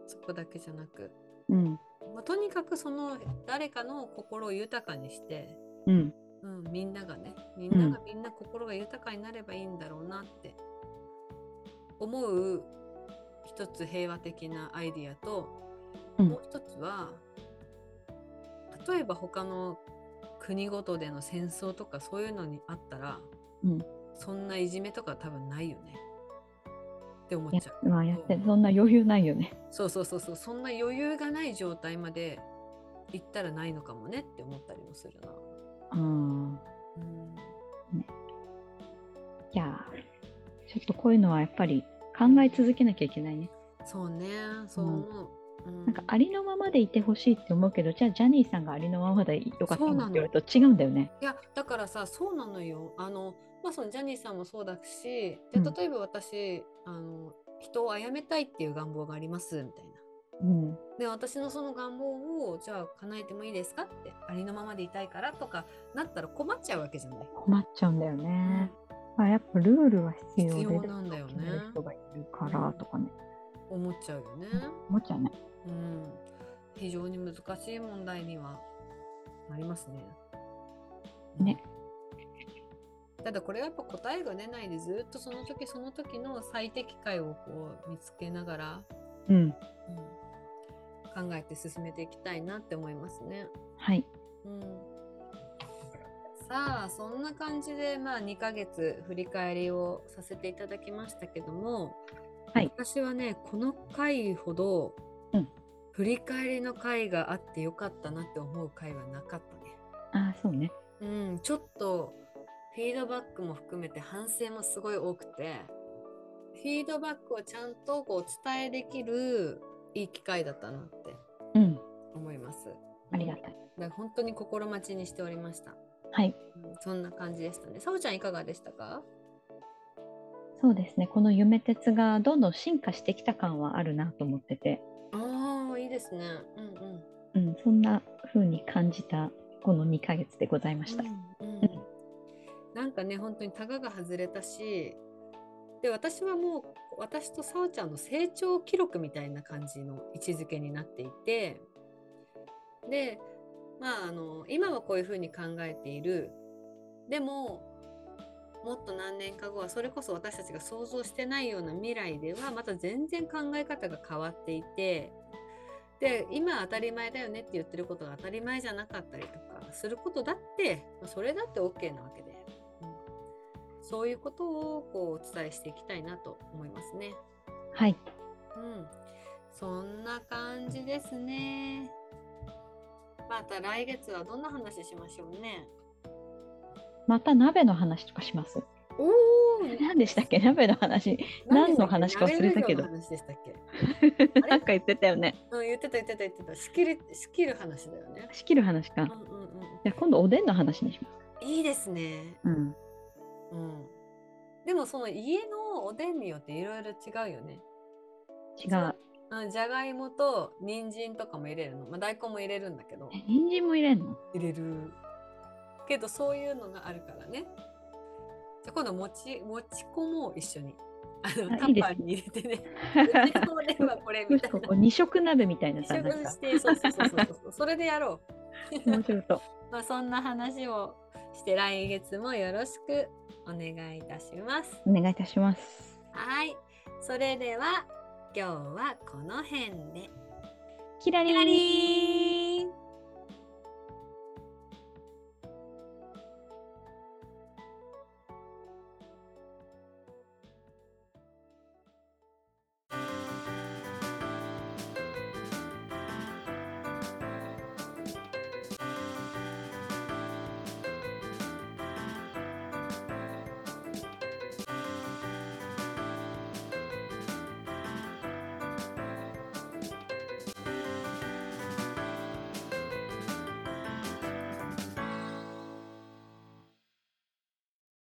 [SPEAKER 1] そこだけじゃなく、
[SPEAKER 2] うん
[SPEAKER 1] まあとにかくその誰かの心を豊かにして、
[SPEAKER 2] うん
[SPEAKER 1] うん、みんながねみんながみんな心が豊かになればいいんだろうなって思う一つ平和的なアイディアと、
[SPEAKER 2] うん
[SPEAKER 1] もう一つは例えば他の国ごとでの戦争とかそういうのにあったら、
[SPEAKER 2] うん
[SPEAKER 1] そんないじめとか多分ないよねって思っ
[SPEAKER 2] や
[SPEAKER 1] ちゃう。
[SPEAKER 2] まあやって
[SPEAKER 1] うん
[SPEAKER 2] そんな余裕ないよね
[SPEAKER 1] そうそうそうそうそんな余裕がない状態まで行ったらないのかもねって思ったりもするな。
[SPEAKER 2] ああ
[SPEAKER 1] うん
[SPEAKER 2] いやーちょっとこういうのはやっぱり考え続けなきゃいけないね。
[SPEAKER 1] そうね、そう思う。
[SPEAKER 2] なんかありのままでいてほしいって思うけど、じゃあジャニーさんがありのままでよかった
[SPEAKER 1] そ
[SPEAKER 2] の
[SPEAKER 1] うな
[SPEAKER 2] って
[SPEAKER 1] の
[SPEAKER 2] 言われると違うんだよね。
[SPEAKER 1] いやだからさそうなのよあのまあそのジャニーさんもそうだし
[SPEAKER 2] う
[SPEAKER 1] で
[SPEAKER 2] ん
[SPEAKER 1] 例えば私、あの人を殺めたいっていう願望がありますみたいな。
[SPEAKER 2] うん。
[SPEAKER 1] で私のその願望をじゃあ叶えてもいいですかってありのままでいたいからとかなったら困っちゃうわけじゃない。
[SPEAKER 2] 困っちゃうんだよね。まあやっぱルールは必要で。
[SPEAKER 1] 必要なんだよね
[SPEAKER 2] 決める人がいるからとかね。
[SPEAKER 1] 思っちゃうよね。
[SPEAKER 2] 思っちゃうね。
[SPEAKER 1] うん、非常に難しい問題にはなりますね。
[SPEAKER 2] ね
[SPEAKER 1] ただこれはやっぱ答えが出ないでずっとその時その時の最適解をこう見つけながら、
[SPEAKER 2] うん。
[SPEAKER 1] うん考えて進めていきたいなって思いますね。
[SPEAKER 2] はい。
[SPEAKER 1] うん、さあそんな感じで、まあ、2ヶ月振り返りをさせていただきましたけども、
[SPEAKER 2] はい
[SPEAKER 1] 私はねこの回ほど、
[SPEAKER 2] うん
[SPEAKER 1] 振り返りの回があってよかったなって思う回はなかったね。
[SPEAKER 2] ああそうね。
[SPEAKER 1] うん、ちょっとフィードバックも含めて反省もすごい多くてフィードバックをちゃんとこうお伝えできるいい機会だったなって
[SPEAKER 2] うん。
[SPEAKER 1] 思います。
[SPEAKER 2] ありがたい。
[SPEAKER 1] だから本当に心待ちにしておりました。
[SPEAKER 2] はい。
[SPEAKER 1] うんそんな感じでしたね。さおちゃんいかがでしたか？
[SPEAKER 2] そうですね。この夢鉄がどんどん進化してきた感はあるなと思ってて、
[SPEAKER 1] ああいいですね。うん
[SPEAKER 2] うん、そんな風に感じたこの2ヶ月でございました。
[SPEAKER 1] うんうんなんかね本当にタガが外れたしで私はもう私とさおちゃんの成長記録みたいな感じの位置づけになっていてでまああの今はこういうふうに考えているでももっと何年か後はそれこそ私たちが想像してないような未来ではまた全然考え方が変わっていてで今当たり前だよねって言ってることが当たり前じゃなかったりとかすることだってまあそれだって OK なわけで、うん、そういうことをこうお伝えしていきたいなと思いますね。
[SPEAKER 2] はい、
[SPEAKER 1] うん、そんな感じですね。また来月はどんな話しましょうね。
[SPEAKER 2] また鍋の話とかします。
[SPEAKER 1] おお、
[SPEAKER 2] 何でしたっけ鍋の 話。何の話か忘れたけど
[SPEAKER 1] 何でしたっけ。あれ
[SPEAKER 2] なんか言ってたよね。
[SPEAKER 1] うん、言ってた言ってた言ってた。仕切る仕切る話だよね。
[SPEAKER 2] 仕切る話か。
[SPEAKER 1] うん
[SPEAKER 2] じ
[SPEAKER 1] うんうん。
[SPEAKER 2] ゃあ今度おでんの話にします。
[SPEAKER 1] いいですね。
[SPEAKER 2] うん。
[SPEAKER 1] うん。でもその家のおでんによっていろいろ違うよね。
[SPEAKER 2] 違う。
[SPEAKER 1] うん、じゃがいもと人参とかも入れるの。まあ、大根も入れるんだけど
[SPEAKER 2] え。人参も入れんの
[SPEAKER 1] 入れる。けどそういうのがあるからね。じゃあ今度もちもち粉も一緒に。あのタ
[SPEAKER 2] あいい
[SPEAKER 1] ッ
[SPEAKER 2] です
[SPEAKER 1] パーに 入れてね。うちのおでんはこれみたい
[SPEAKER 2] こ
[SPEAKER 1] な。
[SPEAKER 2] こ二色鍋みたいなさ、
[SPEAKER 1] 一緒
[SPEAKER 2] なん
[SPEAKER 1] に
[SPEAKER 2] か
[SPEAKER 1] して、そうそうそうそうそう。それでやろう。
[SPEAKER 2] 面白そう。
[SPEAKER 1] まあ、そんな話をして来月もよろしくお願いいたします。
[SPEAKER 2] お願いいたします。
[SPEAKER 1] はい、それでは今日はこの辺で。
[SPEAKER 2] キラリ
[SPEAKER 1] キラリー